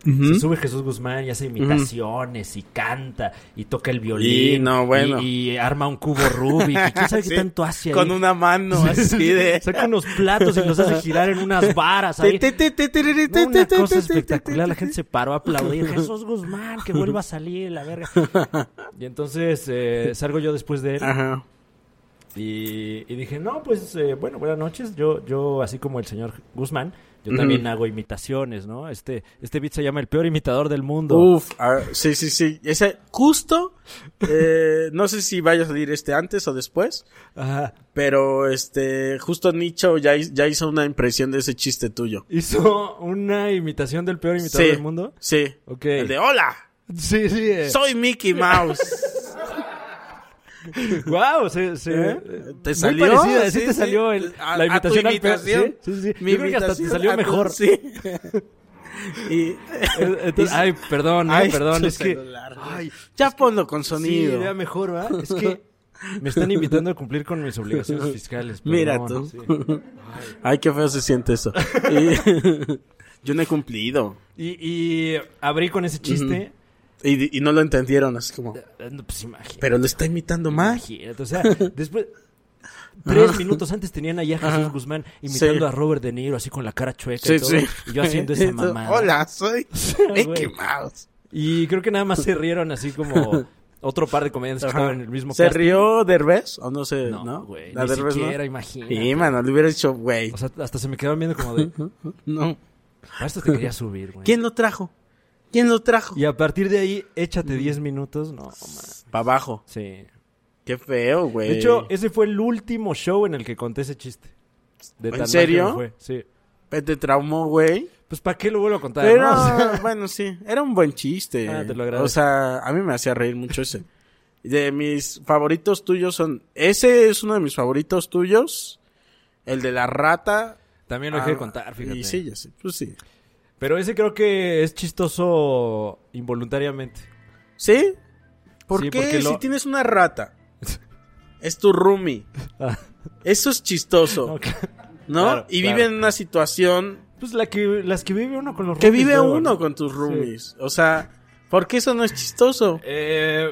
[SPEAKER 3] Se sube Jesús Guzmán y hace imitaciones y canta y toca el violín.
[SPEAKER 2] Y no, bueno.
[SPEAKER 3] Y, y arma un cubo Rubik. y ¿Quién sabe
[SPEAKER 2] Sí,
[SPEAKER 3] qué tanto hace ahí?
[SPEAKER 2] Con una mano así de...
[SPEAKER 3] Saca unos platos y los hace girar en unas varas ahí.
[SPEAKER 2] Te, te, te, te, te, te,
[SPEAKER 3] No, una
[SPEAKER 2] te,
[SPEAKER 3] cosa
[SPEAKER 2] te,
[SPEAKER 3] espectacular, la gente se paró a aplaudir. Jesús Guzmán, que vuelva a salir, la verga. Y entonces eh, salgo yo después de él
[SPEAKER 2] Ajá.
[SPEAKER 3] Y, y dije, no, pues eh, bueno, buenas noches. Yo, yo, así como el señor Guzmán, yo también hago imitaciones, ¿no? Este, este beat se llama El peor imitador del mundo.
[SPEAKER 2] Uf, ah, sí, sí, sí. Ese justo, eh, no sé si vaya a salir este antes o después,
[SPEAKER 3] Ajá.
[SPEAKER 2] pero este, justo Nicho ya, hi- ya hizo una impresión de ese chiste tuyo.
[SPEAKER 3] ¿Hizo una imitación del peor imitador
[SPEAKER 2] Sí, eh.
[SPEAKER 3] del mundo?
[SPEAKER 2] Sí.
[SPEAKER 3] Ok.
[SPEAKER 2] El de hola,
[SPEAKER 3] Sí, sí.
[SPEAKER 2] soy Mickey Mouse.
[SPEAKER 3] Wow, se, se-
[SPEAKER 2] ¿Eh?
[SPEAKER 3] eh,
[SPEAKER 2] ¿Te
[SPEAKER 3] muy
[SPEAKER 2] salió?
[SPEAKER 3] parecida, sí,
[SPEAKER 2] Sí,
[SPEAKER 3] te
[SPEAKER 2] sí.
[SPEAKER 3] salió el-
[SPEAKER 2] A-
[SPEAKER 3] la
[SPEAKER 2] a tu
[SPEAKER 3] imitación al peor-
[SPEAKER 2] imitación.
[SPEAKER 3] Sí, sí, sí.
[SPEAKER 2] Mi
[SPEAKER 3] Yo creo que hasta te
[SPEAKER 2] imitación
[SPEAKER 3] salió
[SPEAKER 2] a tu-
[SPEAKER 3] mejor.
[SPEAKER 2] Sí. y,
[SPEAKER 3] Eh, entonces- ay, perdón, eh,
[SPEAKER 2] Ay,
[SPEAKER 3] perdón,
[SPEAKER 2] tu
[SPEAKER 3] es que
[SPEAKER 2] celular, güey.
[SPEAKER 3] ay,
[SPEAKER 2] ya ponlo con
[SPEAKER 3] sí,
[SPEAKER 2] sonido.
[SPEAKER 3] era mejor, ¿va? Es que me están invitando a cumplir con mis obligaciones fiscales. perdón,
[SPEAKER 2] Mira tú.
[SPEAKER 3] sí.
[SPEAKER 2] Ay, qué feo se siente eso. Y- Yo no he cumplido.
[SPEAKER 3] Y, y abrí con ese chiste.
[SPEAKER 2] Y, y no lo entendieron, así como...
[SPEAKER 3] eh, no, Pues imagínate.
[SPEAKER 2] Pero ¿ah? lo está imitando más.
[SPEAKER 3] Imagínate, o sea, después... Tres minutos antes tenían allá a Jesús Guzmán imitando
[SPEAKER 2] Sí.
[SPEAKER 3] a Robert De Niro así con la cara chueca
[SPEAKER 2] Sí,
[SPEAKER 3] y todo.
[SPEAKER 2] sí.
[SPEAKER 3] Y yo haciendo esa mamada.
[SPEAKER 2] Hola, soy Mickey
[SPEAKER 3] güey.
[SPEAKER 2] Mouse.
[SPEAKER 3] Y creo que nada más se rieron así como otro par de comediantes que estaban en el mismo
[SPEAKER 2] ¿Se
[SPEAKER 3] casting.
[SPEAKER 2] rió Derbez? ¿O no sé?
[SPEAKER 3] No,
[SPEAKER 2] No,
[SPEAKER 3] güey,
[SPEAKER 2] ¿La
[SPEAKER 3] ni
[SPEAKER 2] Derbez no?
[SPEAKER 3] siquiera, imagínate.
[SPEAKER 2] Sí, mano, le hubiera dicho, güey.
[SPEAKER 3] O sea, hasta se me quedaban viendo como de,
[SPEAKER 2] No.
[SPEAKER 3] a esto te quería subir, güey.
[SPEAKER 2] ¿Quién lo trajo? ¿Quién lo trajo?
[SPEAKER 3] Y a partir de ahí, échate 10 minutos. No, mames.
[SPEAKER 2] Para abajo.
[SPEAKER 3] Sí.
[SPEAKER 2] Qué feo, güey.
[SPEAKER 3] De hecho, ese fue el último show en el que conté ese chiste. De
[SPEAKER 2] ¿En
[SPEAKER 3] tan mal que
[SPEAKER 2] serio?
[SPEAKER 3] me fue, Sí.
[SPEAKER 2] te traumó, güey.
[SPEAKER 3] Pues, ¿para qué lo vuelvo a contar?
[SPEAKER 2] Pero,
[SPEAKER 3] no? O sea,
[SPEAKER 2] bueno, sí, era un buen chiste.
[SPEAKER 3] Ah, te lo agradezco.
[SPEAKER 2] O sea, a mí me hacía reír mucho ese. De mis favoritos tuyos son... Ese es uno de mis favoritos tuyos. El de la rata.
[SPEAKER 3] también lo dejé de
[SPEAKER 2] Ah,
[SPEAKER 3] contar, fíjate.
[SPEAKER 2] Y sí, ya sé. Pues sí.
[SPEAKER 3] Pero ese creo que es chistoso involuntariamente.
[SPEAKER 2] ¿Sí? ¿Por
[SPEAKER 3] Sí,
[SPEAKER 2] qué
[SPEAKER 3] porque lo-
[SPEAKER 2] si tienes una rata? Es tu roomie. Eso es chistoso, ¿no?
[SPEAKER 3] Ah. claro,
[SPEAKER 2] y
[SPEAKER 3] claro.
[SPEAKER 2] vive en una situación
[SPEAKER 3] Pues la que, las que vive uno con los
[SPEAKER 2] que
[SPEAKER 3] roomies
[SPEAKER 2] vive
[SPEAKER 3] luego,
[SPEAKER 2] uno
[SPEAKER 3] ¿no?
[SPEAKER 2] con tus roomies. O sea, ¿por qué eso no es chistoso?
[SPEAKER 3] Eh,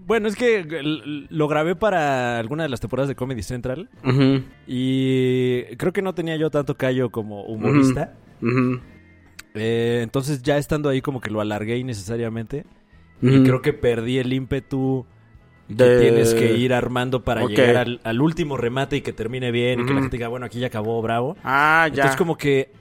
[SPEAKER 3] bueno, es que l- lo grabé para alguna de las temporadas de Comedy Central y creo que no tenía yo tanto callo como humorista.
[SPEAKER 2] Ujú.
[SPEAKER 3] Eh, entonces ya estando ahí como que lo alargué innecesariamente y creo que perdí el ímpetu que
[SPEAKER 2] De-
[SPEAKER 3] tienes que ir armando para
[SPEAKER 2] Ok.
[SPEAKER 3] llegar al, al último remate y que termine bien y que la gente diga, bueno, aquí ya acabó, bravo.
[SPEAKER 2] Ah, ya.
[SPEAKER 3] Entonces como que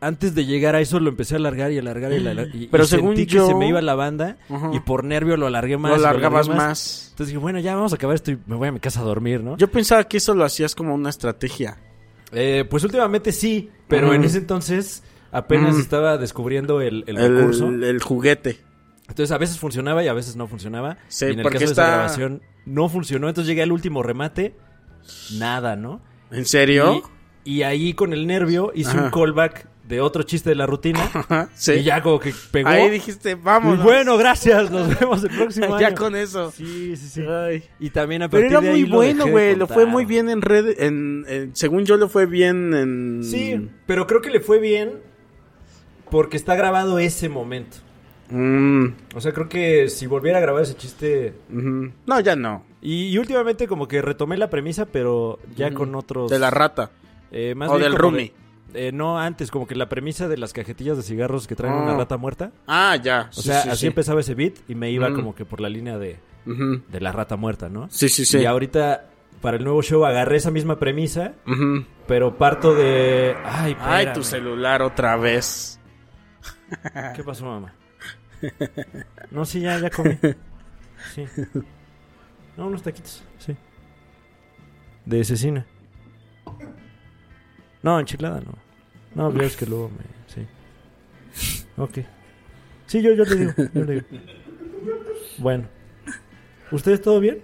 [SPEAKER 3] antes de llegar a eso lo empecé a alargar y alargar y, alargar, y,
[SPEAKER 2] Pero
[SPEAKER 3] y
[SPEAKER 2] según
[SPEAKER 3] sentí
[SPEAKER 2] yo-
[SPEAKER 3] que se me iba la banda
[SPEAKER 2] Ajá.
[SPEAKER 3] y por nervio lo alargué más.
[SPEAKER 2] lo
[SPEAKER 3] y
[SPEAKER 2] alargabas
[SPEAKER 3] alargué
[SPEAKER 2] más.
[SPEAKER 3] Entonces dije, bueno, ya vamos a acabar esto y me voy a mi casa a dormir, ¿no?
[SPEAKER 2] Yo pensaba que eso lo hacías como una estrategia.
[SPEAKER 3] Eh, pues últimamente sí, pero
[SPEAKER 2] Ujú.
[SPEAKER 3] en ese entonces apenas
[SPEAKER 2] Ujú.
[SPEAKER 3] estaba descubriendo el, el
[SPEAKER 2] El,
[SPEAKER 3] recurso.
[SPEAKER 2] el juguete.
[SPEAKER 3] Entonces a veces funcionaba y a veces no funcionaba.
[SPEAKER 2] Sí,
[SPEAKER 3] y en el
[SPEAKER 2] porque
[SPEAKER 3] caso de
[SPEAKER 2] está-
[SPEAKER 3] esta grabación no funcionó. Entonces llegué al último remate, nada, ¿no?
[SPEAKER 2] ¿En serio?
[SPEAKER 3] Y, y ahí con el nervio hice
[SPEAKER 2] Ajá.
[SPEAKER 3] un callback de otro chiste de la rutina.
[SPEAKER 2] Ajá, sí.
[SPEAKER 3] Y ya como que pegó.
[SPEAKER 2] Ahí dijiste,
[SPEAKER 3] Y
[SPEAKER 2] vamos.
[SPEAKER 3] bueno, gracias, nos vemos el próximo año.
[SPEAKER 2] ya con eso.
[SPEAKER 3] Sí, sí, sí.
[SPEAKER 2] Ay.
[SPEAKER 3] Y también a
[SPEAKER 2] Pero
[SPEAKER 3] partir
[SPEAKER 2] era
[SPEAKER 3] de ahí
[SPEAKER 2] muy
[SPEAKER 3] lo
[SPEAKER 2] bueno,
[SPEAKER 3] dejé de
[SPEAKER 2] güey. Lo fue
[SPEAKER 3] contar.
[SPEAKER 2] muy bien en red. En, en- según yo, lo fue bien en.
[SPEAKER 3] Sí, pero creo que le fue bien porque está grabado ese momento.
[SPEAKER 2] Mm,
[SPEAKER 3] O sea, creo que si volviera a grabar ese chiste...
[SPEAKER 2] ujú. No, ya no.
[SPEAKER 3] Y, y últimamente como que retomé la premisa, pero ya con otros...
[SPEAKER 2] De la rata.
[SPEAKER 3] eh, más
[SPEAKER 2] o
[SPEAKER 3] bien
[SPEAKER 2] del
[SPEAKER 3] como
[SPEAKER 2] roomie.
[SPEAKER 3] de- eh, no, antes, como que la premisa de las cajetillas de cigarros que traen una
[SPEAKER 2] Ah.
[SPEAKER 3] rata muerta.
[SPEAKER 2] Ah, ya.
[SPEAKER 3] O
[SPEAKER 2] Sí,
[SPEAKER 3] sea,
[SPEAKER 2] sí,
[SPEAKER 3] así
[SPEAKER 2] sí.
[SPEAKER 3] empezaba ese beat y me iba
[SPEAKER 2] Mm.
[SPEAKER 3] como que por la línea de,
[SPEAKER 2] Ujú.
[SPEAKER 3] de la rata muerta, ¿no?
[SPEAKER 2] Sí, sí, sí.
[SPEAKER 3] Y ahorita, para el nuevo show, agarré esa misma premisa,
[SPEAKER 2] Ujú.
[SPEAKER 3] pero parto de... Ay,
[SPEAKER 2] Ay, tu
[SPEAKER 3] espérame.
[SPEAKER 2] celular otra vez.
[SPEAKER 3] ¿Qué pasó, mamá? No, sí, ya, ya comí. Sí. No, unos taquitos, sí. De cecina. No, enchilada no. No, pero es que luego me... Sí. Ok. Sí, yo, yo le digo, yo le digo. Bueno. ¿Ustedes todo bien?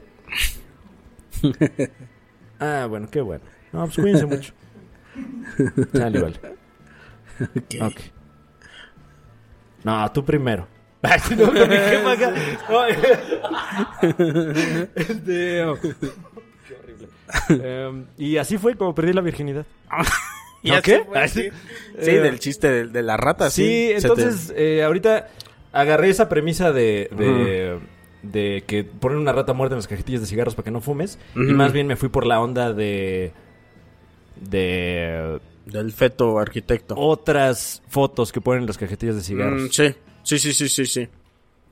[SPEAKER 3] Ah, bueno, qué bueno. No, pues cuídense mucho. Sale, vale. Ok. No, tú primero. no, con mi jefa acá. No, este, oh, Qué horrible. Em, y así fue como perdí la virginidad.
[SPEAKER 2] Ya
[SPEAKER 3] ¿No qué?
[SPEAKER 2] se fue,
[SPEAKER 3] Ah,
[SPEAKER 2] sí,
[SPEAKER 3] sí.
[SPEAKER 2] Sí,
[SPEAKER 3] Eh,
[SPEAKER 2] del chiste de, de la rata, sí.
[SPEAKER 3] Sí,
[SPEAKER 2] Se te-
[SPEAKER 3] entonces eh, ahorita agarré esa premisa de, de, de que ponen una rata muerta en las cajetillas de cigarros para que no fumes. Y más bien me fui por la onda de. de.
[SPEAKER 2] Del feto arquitecto.
[SPEAKER 3] Oh, otras fotos que ponen en las cajetillas de cigarros.
[SPEAKER 2] Mm, sí. sí, sí, sí, sí, sí.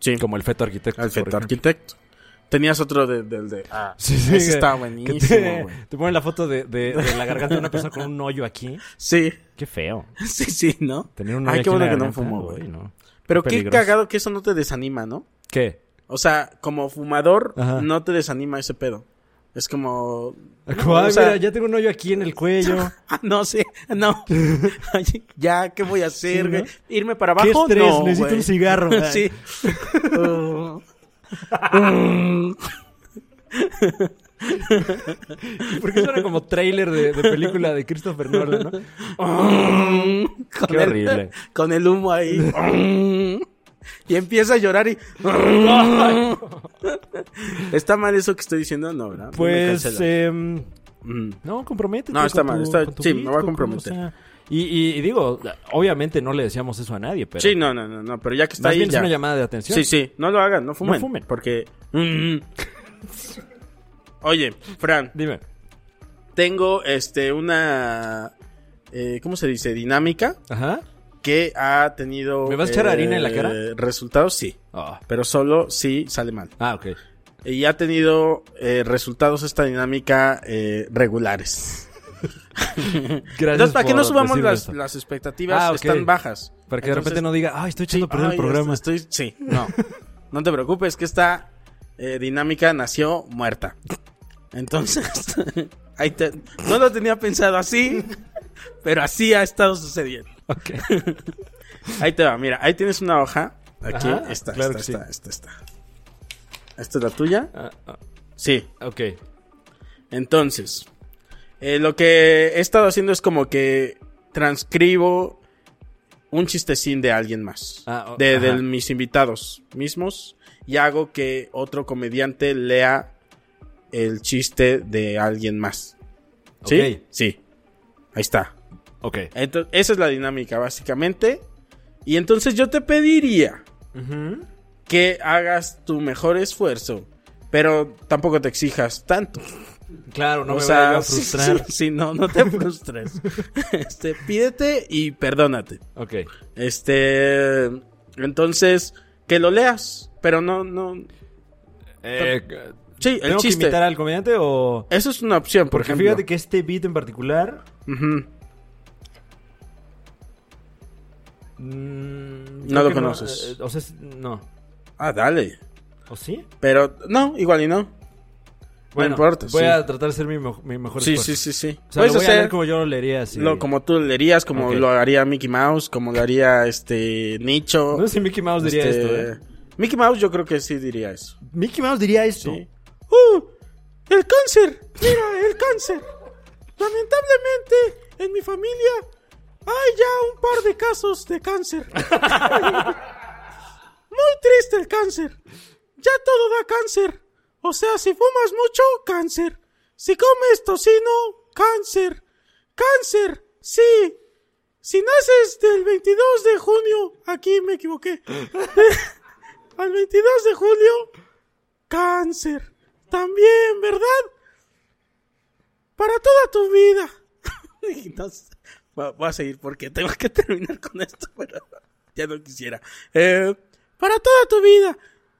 [SPEAKER 2] Sí,
[SPEAKER 3] Como el feto arquitecto.
[SPEAKER 2] al
[SPEAKER 3] por
[SPEAKER 2] feto
[SPEAKER 3] ejemplo.
[SPEAKER 2] arquitecto. Tenías otro de- del de. Ah,
[SPEAKER 3] Sí, sí,
[SPEAKER 2] ese
[SPEAKER 3] que-
[SPEAKER 2] está
[SPEAKER 3] que
[SPEAKER 2] buenísimo,
[SPEAKER 3] te-
[SPEAKER 2] güey.
[SPEAKER 3] Te, ponen la foto de, de- de la garganta de una persona con un hoyo aquí.
[SPEAKER 2] Sí,
[SPEAKER 3] Qué feo.
[SPEAKER 2] sí, sí, ¿no?
[SPEAKER 3] Tener un hoyo
[SPEAKER 2] Ay,
[SPEAKER 3] aquí
[SPEAKER 2] qué
[SPEAKER 3] en
[SPEAKER 2] bueno
[SPEAKER 3] la
[SPEAKER 2] que no
[SPEAKER 3] garganta,
[SPEAKER 2] fumo,
[SPEAKER 3] güey,
[SPEAKER 2] güey.
[SPEAKER 3] no.
[SPEAKER 2] Pero qué
[SPEAKER 3] peligroso.
[SPEAKER 2] cagado que eso no te desanima, ¿no?
[SPEAKER 3] ¿Qué?
[SPEAKER 2] O sea, como fumador,
[SPEAKER 3] Ajá.
[SPEAKER 2] no te desanima ese pedo. Es como.
[SPEAKER 3] Como, ay,
[SPEAKER 2] o sea-
[SPEAKER 3] mira, ya tengo un hoyo aquí en el cuello.
[SPEAKER 2] Ah, no sé, no. Ay, ya, ¿qué voy a hacer,
[SPEAKER 3] Sí, ¿no?
[SPEAKER 2] güey? ¿Irme para abajo?
[SPEAKER 3] ¿Qué estrés?
[SPEAKER 2] No,
[SPEAKER 3] Necesito
[SPEAKER 2] güey.
[SPEAKER 3] un cigarro. güey.
[SPEAKER 2] sí.
[SPEAKER 3] ¿Por qué suena como tráiler de, de película de Christopher Nolan, no?
[SPEAKER 2] con
[SPEAKER 3] Qué horrible.
[SPEAKER 2] Con el humo ahí. y empieza a llorar y. ¿Está mal eso que estoy diciendo? No, ¿verdad? Me
[SPEAKER 3] Pues,
[SPEAKER 2] cancela. Mm.
[SPEAKER 3] em, no, comprométete.
[SPEAKER 2] No, está
[SPEAKER 3] con
[SPEAKER 2] mal,
[SPEAKER 3] tu-
[SPEAKER 2] está-
[SPEAKER 3] con tu
[SPEAKER 2] sí, me voy a
[SPEAKER 3] disco, con-
[SPEAKER 2] comprometer.
[SPEAKER 3] o sea, y, y- y digo, obviamente no le decíamos eso a nadie, pero
[SPEAKER 2] Sí, no, no, no, no, pero ya que está
[SPEAKER 3] más
[SPEAKER 2] ahí.
[SPEAKER 3] bien es
[SPEAKER 2] ya.
[SPEAKER 3] una llamada de atención.
[SPEAKER 2] Sí, sí, no lo hagan, no fumen.
[SPEAKER 3] fumen.
[SPEAKER 2] Porque. mm. Oye, Fran,
[SPEAKER 3] Dime.
[SPEAKER 2] tengo este una. eh, ¿Cómo se dice? Dinámica
[SPEAKER 3] Ajá.
[SPEAKER 2] que ha tenido. eh,
[SPEAKER 3] ¿Me vas a echar harina en la cara?
[SPEAKER 2] Resultados, sí.
[SPEAKER 3] Ah,
[SPEAKER 2] Pero solo si sale mal.
[SPEAKER 3] Ah, ok.
[SPEAKER 2] Y ha tenido eh, resultados esta dinámica eh, regulares.
[SPEAKER 3] Gracias
[SPEAKER 2] Entonces, para que
[SPEAKER 3] por
[SPEAKER 2] no subamos
[SPEAKER 3] decirme
[SPEAKER 2] las,
[SPEAKER 3] esto.
[SPEAKER 2] las expectativas,
[SPEAKER 3] Ah, ok.
[SPEAKER 2] están bajas. ah,
[SPEAKER 3] Para que de repente no diga, ay, estoy echando a perder el programa.
[SPEAKER 2] Estoy, sí, no. No te preocupes, que esta eh, dinámica nació muerta. Entonces, ahí te- no lo tenía pensado así, pero así ha estado sucediendo.
[SPEAKER 3] Ok.
[SPEAKER 2] Ahí te va, mira, ahí tienes una hoja. Aquí,
[SPEAKER 3] Ajá,
[SPEAKER 2] esta, esta,
[SPEAKER 3] claro que sí.
[SPEAKER 2] esta, esta, esta. ¿Esta es la tuya?
[SPEAKER 3] Ah, ah,
[SPEAKER 2] Sí.
[SPEAKER 3] ok.
[SPEAKER 2] Entonces, eh, lo que he estado haciendo es como que transcribo un chistecín de alguien más.
[SPEAKER 3] Ah, o-
[SPEAKER 2] de,
[SPEAKER 3] ajá.
[SPEAKER 2] de mis invitados mismos. Y hago que otro comediante lea el chiste de alguien más. ¿Sí?
[SPEAKER 3] Ok.
[SPEAKER 2] Sí. Ahí está.
[SPEAKER 3] Ok.
[SPEAKER 2] Entonces, esa es la dinámica, básicamente. Y entonces yo te pediría que hagas tu mejor esfuerzo, pero tampoco te exijas tanto.
[SPEAKER 3] Claro, no
[SPEAKER 2] O
[SPEAKER 3] me
[SPEAKER 2] sea,
[SPEAKER 3] voy a ir a
[SPEAKER 2] sí,
[SPEAKER 3] frustrar.
[SPEAKER 2] Sí, sí, no, no te frustres. este, pídete y perdónate.
[SPEAKER 3] Ok.
[SPEAKER 2] Este, entonces, que lo leas, pero no, no.
[SPEAKER 3] Eh,
[SPEAKER 2] Sí, el
[SPEAKER 3] ¿Tengo que
[SPEAKER 2] chiste.
[SPEAKER 3] invitar al comediante o...?
[SPEAKER 2] Eso es una opción, por
[SPEAKER 3] Porque
[SPEAKER 2] ejemplo.
[SPEAKER 3] fíjate que este beat en particular...
[SPEAKER 2] Ujú.
[SPEAKER 3] mm,
[SPEAKER 2] No
[SPEAKER 3] creo
[SPEAKER 2] lo
[SPEAKER 3] que
[SPEAKER 2] conoces.
[SPEAKER 3] eh, o sea, es- no.
[SPEAKER 2] Ah, dale.
[SPEAKER 3] ¿O sí?
[SPEAKER 2] Pero, no, igual y no.
[SPEAKER 3] Bueno,
[SPEAKER 2] importa,
[SPEAKER 3] voy
[SPEAKER 2] sí.
[SPEAKER 3] a tratar de ser mi, mejo- mi mejor
[SPEAKER 2] Sí, sí,
[SPEAKER 3] esfuerzo.
[SPEAKER 2] sí, sí.
[SPEAKER 3] O sea, lo
[SPEAKER 2] Puedes
[SPEAKER 3] voy a
[SPEAKER 2] hacer
[SPEAKER 3] leer como yo lo leería así.
[SPEAKER 2] lo- como tú leerías, como
[SPEAKER 3] Ok.
[SPEAKER 2] lo haría Mickey Mouse, como lo haría este Nicho.
[SPEAKER 3] No sé si Mickey Mouse diría
[SPEAKER 2] este,
[SPEAKER 3] esto, ¿eh?
[SPEAKER 2] Mickey Mouse yo creo que sí diría eso.
[SPEAKER 3] Mickey Mouse diría esto.
[SPEAKER 2] Sí. ¡Uh! ¡El cáncer! ¡Mira, el cáncer! Lamentablemente, en mi familia hay ya un par de casos de cáncer. Muy triste el cáncer. Ya todo da cáncer. O sea, si fumas mucho, cáncer. Si comes tocino, cáncer. Cáncer, sí. Si naces del 22 de junio, aquí me equivoqué. Al 22 de julio, cáncer. También, ¿verdad? Para toda tu vida. Y no sé, va- voy a seguir porque tengo que terminar con esto, pero ya no quisiera. Eh, para toda tu vida.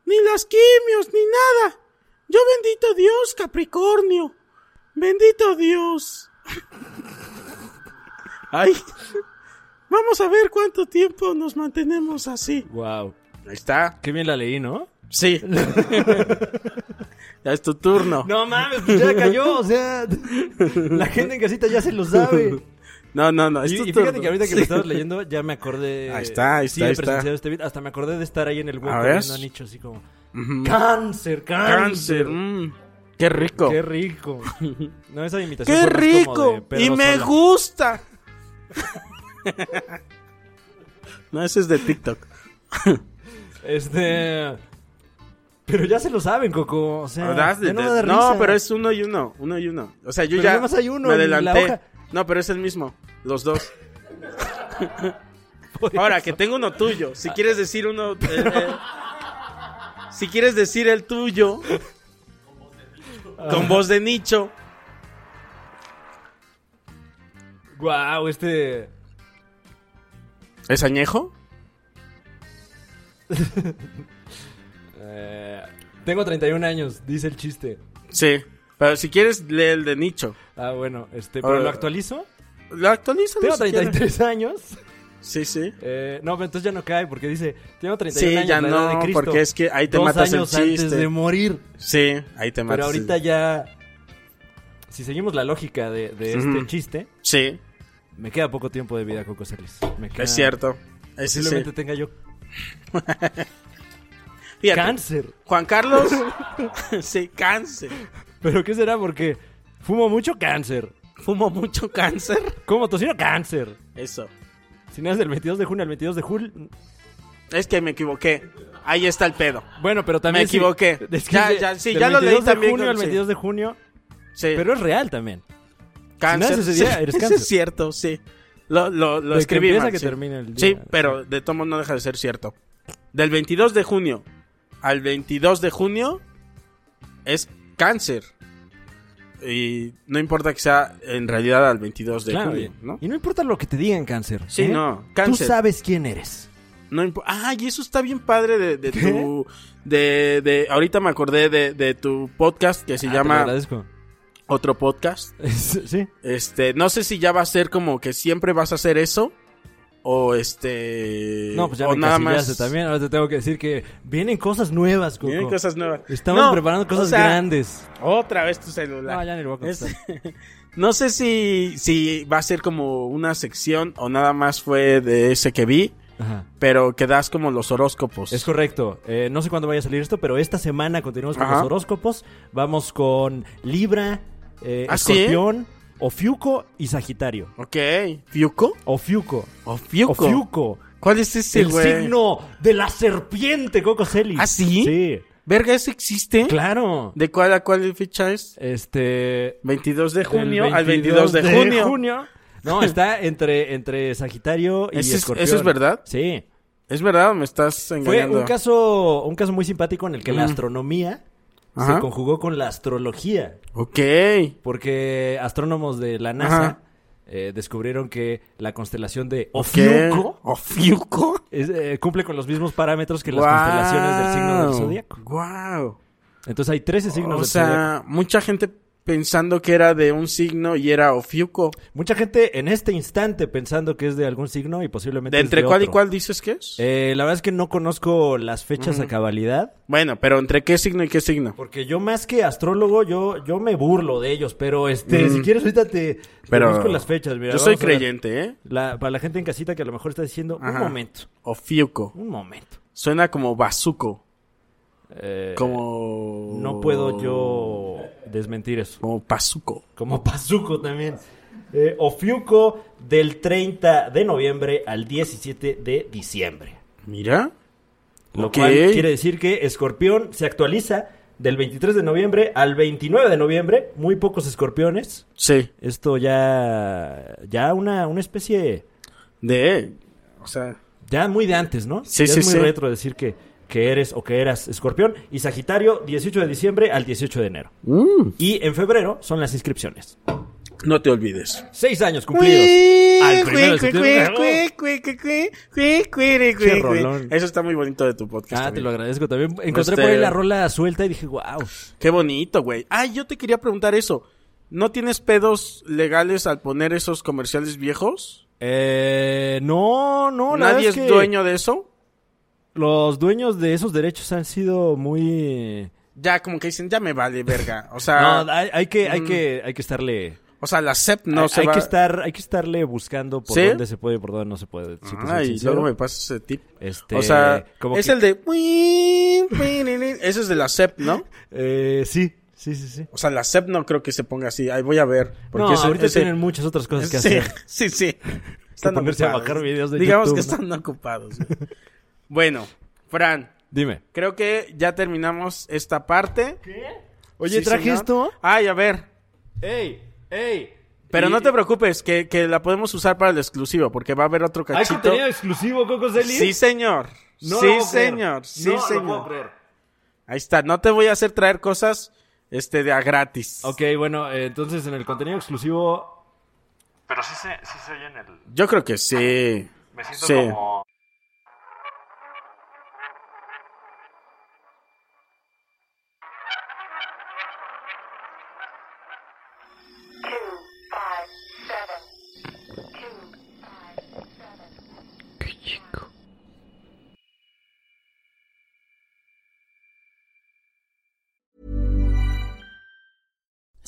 [SPEAKER 2] Ni las quimios, ni nada. Yo bendito Dios, Capricornio. Bendito Dios. Ay. Vamos a ver cuánto tiempo nos mantenemos así.
[SPEAKER 3] Wow.
[SPEAKER 2] Ahí está.
[SPEAKER 3] Qué bien la leí, ¿no?
[SPEAKER 2] Sí. ya es tu turno.
[SPEAKER 3] No mames, pues ya cayó. O sea, la gente en casita ya se lo sabe.
[SPEAKER 2] No, no, no. Es
[SPEAKER 3] Y,
[SPEAKER 2] tu
[SPEAKER 3] y fíjate
[SPEAKER 2] turno.
[SPEAKER 3] que ahorita que
[SPEAKER 2] Sí.
[SPEAKER 3] lo estabas leyendo, ya me acordé.
[SPEAKER 2] Ahí está, ahí
[SPEAKER 3] sí,
[SPEAKER 2] está,
[SPEAKER 3] he
[SPEAKER 2] ahí está.
[SPEAKER 3] presenciado este beat. Hasta me acordé de estar ahí en el hueco
[SPEAKER 2] A ver.
[SPEAKER 3] viendo a Nicho así como. Cáncer, cáncer.
[SPEAKER 2] Cáncer. mm, qué rico.
[SPEAKER 3] Qué
[SPEAKER 2] Qué,
[SPEAKER 3] rico. No, esa imitación. fue más como de
[SPEAKER 2] rico.
[SPEAKER 3] Pedro
[SPEAKER 2] Y me
[SPEAKER 3] Sola.
[SPEAKER 2] gusta. no, ese es de TikTok.
[SPEAKER 3] Este. Pero ya se lo saben, Coco. O sea,
[SPEAKER 2] ¿Verdad?
[SPEAKER 3] Ah, ya no va a dar
[SPEAKER 2] No,
[SPEAKER 3] risa.
[SPEAKER 2] pero es uno y uno. Uno y uno. O sea, yo
[SPEAKER 3] Pero
[SPEAKER 2] ya
[SPEAKER 3] nada más hay uno
[SPEAKER 2] me
[SPEAKER 3] en la
[SPEAKER 2] adelanté.
[SPEAKER 3] hoja.
[SPEAKER 2] No, pero es el mismo. Los dos. Ahora, que tengo uno tuyo. Si quieres decir uno. eh, eh, si quieres decir el tuyo. Con voz de nicho.
[SPEAKER 3] Guau, este.
[SPEAKER 2] ¿Es añejo?
[SPEAKER 3] eh, Tengo 31 años, dice el chiste.
[SPEAKER 2] Sí. Pero si quieres, lee el de Nicho.
[SPEAKER 3] Ah, bueno, este, pero
[SPEAKER 2] Ah.
[SPEAKER 3] lo actualizo.
[SPEAKER 2] Lo actualiza.
[SPEAKER 3] Tengo
[SPEAKER 2] pues, si quieres.
[SPEAKER 3] 33 años.
[SPEAKER 2] Sí, sí.
[SPEAKER 3] Eh, no, pero entonces ya no cae porque dice, tengo 31
[SPEAKER 2] Sí,
[SPEAKER 3] años.
[SPEAKER 2] ya
[SPEAKER 3] la edad de
[SPEAKER 2] no,
[SPEAKER 3] Cristo,
[SPEAKER 2] porque es que ahí te
[SPEAKER 3] dos
[SPEAKER 2] matas el
[SPEAKER 3] años antes
[SPEAKER 2] chiste.
[SPEAKER 3] de morir.
[SPEAKER 2] Sí, ahí te matas.
[SPEAKER 3] Pero ahorita ya, si seguimos la lógica de, de este
[SPEAKER 2] Ujú.
[SPEAKER 3] chiste,
[SPEAKER 2] Sí,
[SPEAKER 3] me queda poco tiempo de vida, Coco Celis. Me queda-
[SPEAKER 2] es cierto. Es, Ah. sí.
[SPEAKER 3] Posiblemente tenga yo
[SPEAKER 2] Fíjate,
[SPEAKER 3] cáncer.
[SPEAKER 2] Juan Carlos. sí, cáncer.
[SPEAKER 3] ¿Pero qué será? Porque fumo mucho cáncer.
[SPEAKER 2] Fumo mucho cáncer.
[SPEAKER 3] Como tocino cáncer.
[SPEAKER 2] Eso.
[SPEAKER 3] Si no es del 22 de junio al 22 de julio.
[SPEAKER 2] Es que me equivoqué. Ahí está el pedo.
[SPEAKER 3] Bueno, pero también.
[SPEAKER 2] Me
[SPEAKER 3] si-
[SPEAKER 2] equivoqué.
[SPEAKER 3] es que
[SPEAKER 2] Ya,
[SPEAKER 3] de-
[SPEAKER 2] ya, sí,
[SPEAKER 3] del
[SPEAKER 2] ya lo leí
[SPEAKER 3] 22 de
[SPEAKER 2] también,
[SPEAKER 3] junio al
[SPEAKER 2] sí.
[SPEAKER 3] 22 de junio.
[SPEAKER 2] Sí.
[SPEAKER 3] Pero es real también.
[SPEAKER 2] cáncer.
[SPEAKER 3] naces ese día,
[SPEAKER 2] sí,
[SPEAKER 3] eres
[SPEAKER 2] eso
[SPEAKER 3] cáncer.
[SPEAKER 2] es cierto, sí. Lo, lo, lo
[SPEAKER 3] que
[SPEAKER 2] escribí
[SPEAKER 3] empieza
[SPEAKER 2] mal,
[SPEAKER 3] que
[SPEAKER 2] sí.
[SPEAKER 3] termina el
[SPEAKER 2] Sí,
[SPEAKER 3] día.
[SPEAKER 2] pero de tomo no deja de ser cierto. Del 22 de junio al 22 de junio es cáncer. Y no importa que sea en realidad al 22 de
[SPEAKER 3] Claro,
[SPEAKER 2] junio,
[SPEAKER 3] y-
[SPEAKER 2] ¿no?
[SPEAKER 3] Y no importa lo que te digan cáncer.
[SPEAKER 2] Sí,
[SPEAKER 3] ¿eh?
[SPEAKER 2] no, cáncer.
[SPEAKER 3] Tú sabes quién eres.
[SPEAKER 2] No impo- ah, y eso está bien padre de, de
[SPEAKER 3] ¿Qué?
[SPEAKER 2] tu... De, de- ahorita me acordé de, de tu podcast que se
[SPEAKER 3] Ah, te lo
[SPEAKER 2] llama
[SPEAKER 3] agradezco.
[SPEAKER 2] Otro Podcast.
[SPEAKER 3] sí.
[SPEAKER 2] Este, no sé si ya va a ser como que siempre vas a hacer eso o este...
[SPEAKER 3] No, pues ya
[SPEAKER 2] o
[SPEAKER 3] me encasillaste también. Ahora te tengo que decir que vienen cosas nuevas, Coco.
[SPEAKER 2] Vienen cosas nuevas.
[SPEAKER 3] Estamos
[SPEAKER 2] No,
[SPEAKER 3] preparando
[SPEAKER 2] o
[SPEAKER 3] cosas
[SPEAKER 2] sea,
[SPEAKER 3] grandes.
[SPEAKER 2] Otra vez tu celular.
[SPEAKER 3] No, ya ni lo voy a contestar.
[SPEAKER 2] Es- no sé si, si va a ser como una sección o nada más fue de ese que vi,
[SPEAKER 3] Ajá.
[SPEAKER 2] pero que das como los horóscopos.
[SPEAKER 3] Es correcto. Eh, no sé cuándo vaya a salir esto, pero esta semana continuamos con
[SPEAKER 2] Ajá.
[SPEAKER 3] los horóscopos. Vamos con Libra, eh,
[SPEAKER 2] ¿Ah, sí?
[SPEAKER 3] Escorpión, Ofiuco y Sagitario.
[SPEAKER 2] ok. ¿Fiuco?
[SPEAKER 3] Ofiuco.
[SPEAKER 2] ¿O Fiuco?
[SPEAKER 3] Ofiuco.
[SPEAKER 2] ¿Cuál es ese,
[SPEAKER 3] el
[SPEAKER 2] güey?
[SPEAKER 3] signo de la serpiente, Coco Celis.
[SPEAKER 2] ¿Ah, sí?
[SPEAKER 3] Sí.
[SPEAKER 2] Verga, ¿ese existe?
[SPEAKER 3] Claro.
[SPEAKER 2] ¿De cuál a cuál fecha es?
[SPEAKER 3] Este.
[SPEAKER 2] 22 de junio
[SPEAKER 3] del
[SPEAKER 2] al 22 de, junio.
[SPEAKER 3] No, está entre, entre Sagitario y
[SPEAKER 2] ¿Ese es-
[SPEAKER 3] Escorpión.
[SPEAKER 2] eso es verdad?
[SPEAKER 3] Sí.
[SPEAKER 2] ¿Es verdad o me estás
[SPEAKER 3] Fue
[SPEAKER 2] engañando?
[SPEAKER 3] un caso, un caso muy simpático en el que la
[SPEAKER 2] Ujú.
[SPEAKER 3] astronomía
[SPEAKER 2] Ajá.
[SPEAKER 3] se conjugó con la astrología.
[SPEAKER 2] Ok.
[SPEAKER 3] Porque astrónomos de la NASA
[SPEAKER 2] Ajá.
[SPEAKER 3] eh, descubrieron que la constelación de
[SPEAKER 2] ¿Qué?
[SPEAKER 3] Ofiuco
[SPEAKER 2] ¿O Fiuco?
[SPEAKER 3] es, eh, cumple con los mismos parámetros que las constelaciones del signo del zodiaco.
[SPEAKER 2] Wow.
[SPEAKER 3] Entonces hay 13 signos
[SPEAKER 2] O
[SPEAKER 3] del zodiaco.
[SPEAKER 2] sea, mucha gente pensando que era de un signo y era Ofiuco.
[SPEAKER 3] Mucha gente en este instante pensando que es de algún signo y posiblemente
[SPEAKER 2] ¿De
[SPEAKER 3] es
[SPEAKER 2] entre
[SPEAKER 3] de
[SPEAKER 2] cuál y
[SPEAKER 3] otro.
[SPEAKER 2] cuál dices que es?
[SPEAKER 3] Eh, la verdad es que no conozco las fechas a cabalidad.
[SPEAKER 2] Bueno, pero ¿entre qué signo y qué signo?
[SPEAKER 3] Porque yo más que astrólogo, yo, yo me burlo de ellos. Pero este, si quieres ahorita te, te
[SPEAKER 2] Mm. Pero
[SPEAKER 3] busco las fechas. mira,
[SPEAKER 2] yo
[SPEAKER 3] vamos
[SPEAKER 2] soy
[SPEAKER 3] a ver.
[SPEAKER 2] creyente, ¿eh?
[SPEAKER 3] La- para la gente en casita que a lo mejor está diciendo,
[SPEAKER 2] Ajá.
[SPEAKER 3] un momento,
[SPEAKER 2] Ofiuco.
[SPEAKER 3] un momento.
[SPEAKER 2] Suena como bazuco.
[SPEAKER 3] Eh,
[SPEAKER 2] Como...
[SPEAKER 3] No puedo yo desmentir eso.
[SPEAKER 2] Como pazuco.
[SPEAKER 3] Como Pazuco también. Eh, Ofiuco del 30 de noviembre al 17 de diciembre.
[SPEAKER 2] Mira.
[SPEAKER 3] Lo
[SPEAKER 2] Ok.
[SPEAKER 3] cual quiere decir que Escorpión se actualiza del 23 de noviembre al 29 de noviembre. Muy pocos escorpiones.
[SPEAKER 2] Sí.
[SPEAKER 3] Esto ya. Ya una, una especie.
[SPEAKER 2] De... E. O sea...
[SPEAKER 3] Ya muy de antes, ¿no?
[SPEAKER 2] Sí,
[SPEAKER 3] Ya
[SPEAKER 2] sí,
[SPEAKER 3] es muy
[SPEAKER 2] sí.
[SPEAKER 3] retro decir que, que eres o que eras escorpión. Y Sagitario, 18 de diciembre al 18 de enero.
[SPEAKER 2] Mm.
[SPEAKER 3] Y en febrero son las inscripciones.
[SPEAKER 2] No te olvides.
[SPEAKER 3] Seis años cumplidos. al primero de septiembre. Qué rolón.
[SPEAKER 2] Eso está muy bonito de tu podcast.
[SPEAKER 3] Ah, te
[SPEAKER 2] también.
[SPEAKER 3] lo agradezco también. Encontré
[SPEAKER 2] Este-
[SPEAKER 3] por ahí la rola suelta y dije, wow.
[SPEAKER 2] Qué bonito, güey. Ah, yo te quería preguntar eso. ¿No tienes pedos legales al poner esos comerciales viejos?
[SPEAKER 3] Eh, no, no, la
[SPEAKER 2] ¿Nadie
[SPEAKER 3] verdad
[SPEAKER 2] es
[SPEAKER 3] que
[SPEAKER 2] dueño de eso?
[SPEAKER 3] Los dueños de esos derechos han sido muy.
[SPEAKER 2] Ya, como que dicen, ya me vale, verga. O sea,
[SPEAKER 3] No, hay, hay que, hay que, hay que estarle.
[SPEAKER 2] o sea la SEP Ah. Mm. no
[SPEAKER 3] hay,
[SPEAKER 2] se
[SPEAKER 3] hay
[SPEAKER 2] va...
[SPEAKER 3] que estar, hay que estarle buscando por
[SPEAKER 2] ¿Sí?
[SPEAKER 3] dónde se puede, y por dónde no se puede. si te pues, soy
[SPEAKER 2] Ay,
[SPEAKER 3] sincero.
[SPEAKER 2] luego me pasas ese tip.
[SPEAKER 3] Este,
[SPEAKER 2] o sea,
[SPEAKER 3] como
[SPEAKER 2] es
[SPEAKER 3] que-
[SPEAKER 2] el de... Ese es de la SEP, ¿no?
[SPEAKER 3] Eh, sí, sí, sí, sí.
[SPEAKER 2] O sea, la SEP no creo que se ponga así. Ahí voy a ver.
[SPEAKER 3] No,
[SPEAKER 2] ese-
[SPEAKER 3] ahorita
[SPEAKER 2] ese-
[SPEAKER 3] tienen muchas otras cosas que
[SPEAKER 2] sí,
[SPEAKER 3] hacer.
[SPEAKER 2] sí, sí. Están
[SPEAKER 3] ponerse a
[SPEAKER 2] ocupados.
[SPEAKER 3] bajar videos de
[SPEAKER 2] Digamos
[SPEAKER 3] YouTube,
[SPEAKER 2] que
[SPEAKER 3] ¿no?
[SPEAKER 2] están ocupados. güey. bueno, Fran,
[SPEAKER 3] Dime.
[SPEAKER 2] creo que ya terminamos esta parte.
[SPEAKER 3] Oye,
[SPEAKER 2] Sí,
[SPEAKER 3] traje
[SPEAKER 2] señor.
[SPEAKER 3] esto.
[SPEAKER 2] Ay, a ver.
[SPEAKER 3] ¡Ey! ¡Ey!
[SPEAKER 2] Pero
[SPEAKER 3] Y-
[SPEAKER 2] no te preocupes, que, que la podemos usar para el exclusivo, porque va a haber otro
[SPEAKER 3] ¿Hay
[SPEAKER 2] cachito.
[SPEAKER 3] contenido exclusivo, Coco Celis?
[SPEAKER 2] Sí, señor.
[SPEAKER 3] No lo
[SPEAKER 2] sí,
[SPEAKER 3] puedo creer.
[SPEAKER 2] señor. Sí,
[SPEAKER 3] No lo
[SPEAKER 2] señor.
[SPEAKER 3] puedo creer.
[SPEAKER 2] Ahí está. No te voy a hacer traer cosas este, de a gratis.
[SPEAKER 3] Ok, bueno, eh, entonces en el contenido exclusivo.
[SPEAKER 4] Pero sí se, sí se oye en el...
[SPEAKER 2] Yo creo que sí.
[SPEAKER 4] Ah, Me siento
[SPEAKER 2] Sí.
[SPEAKER 4] como...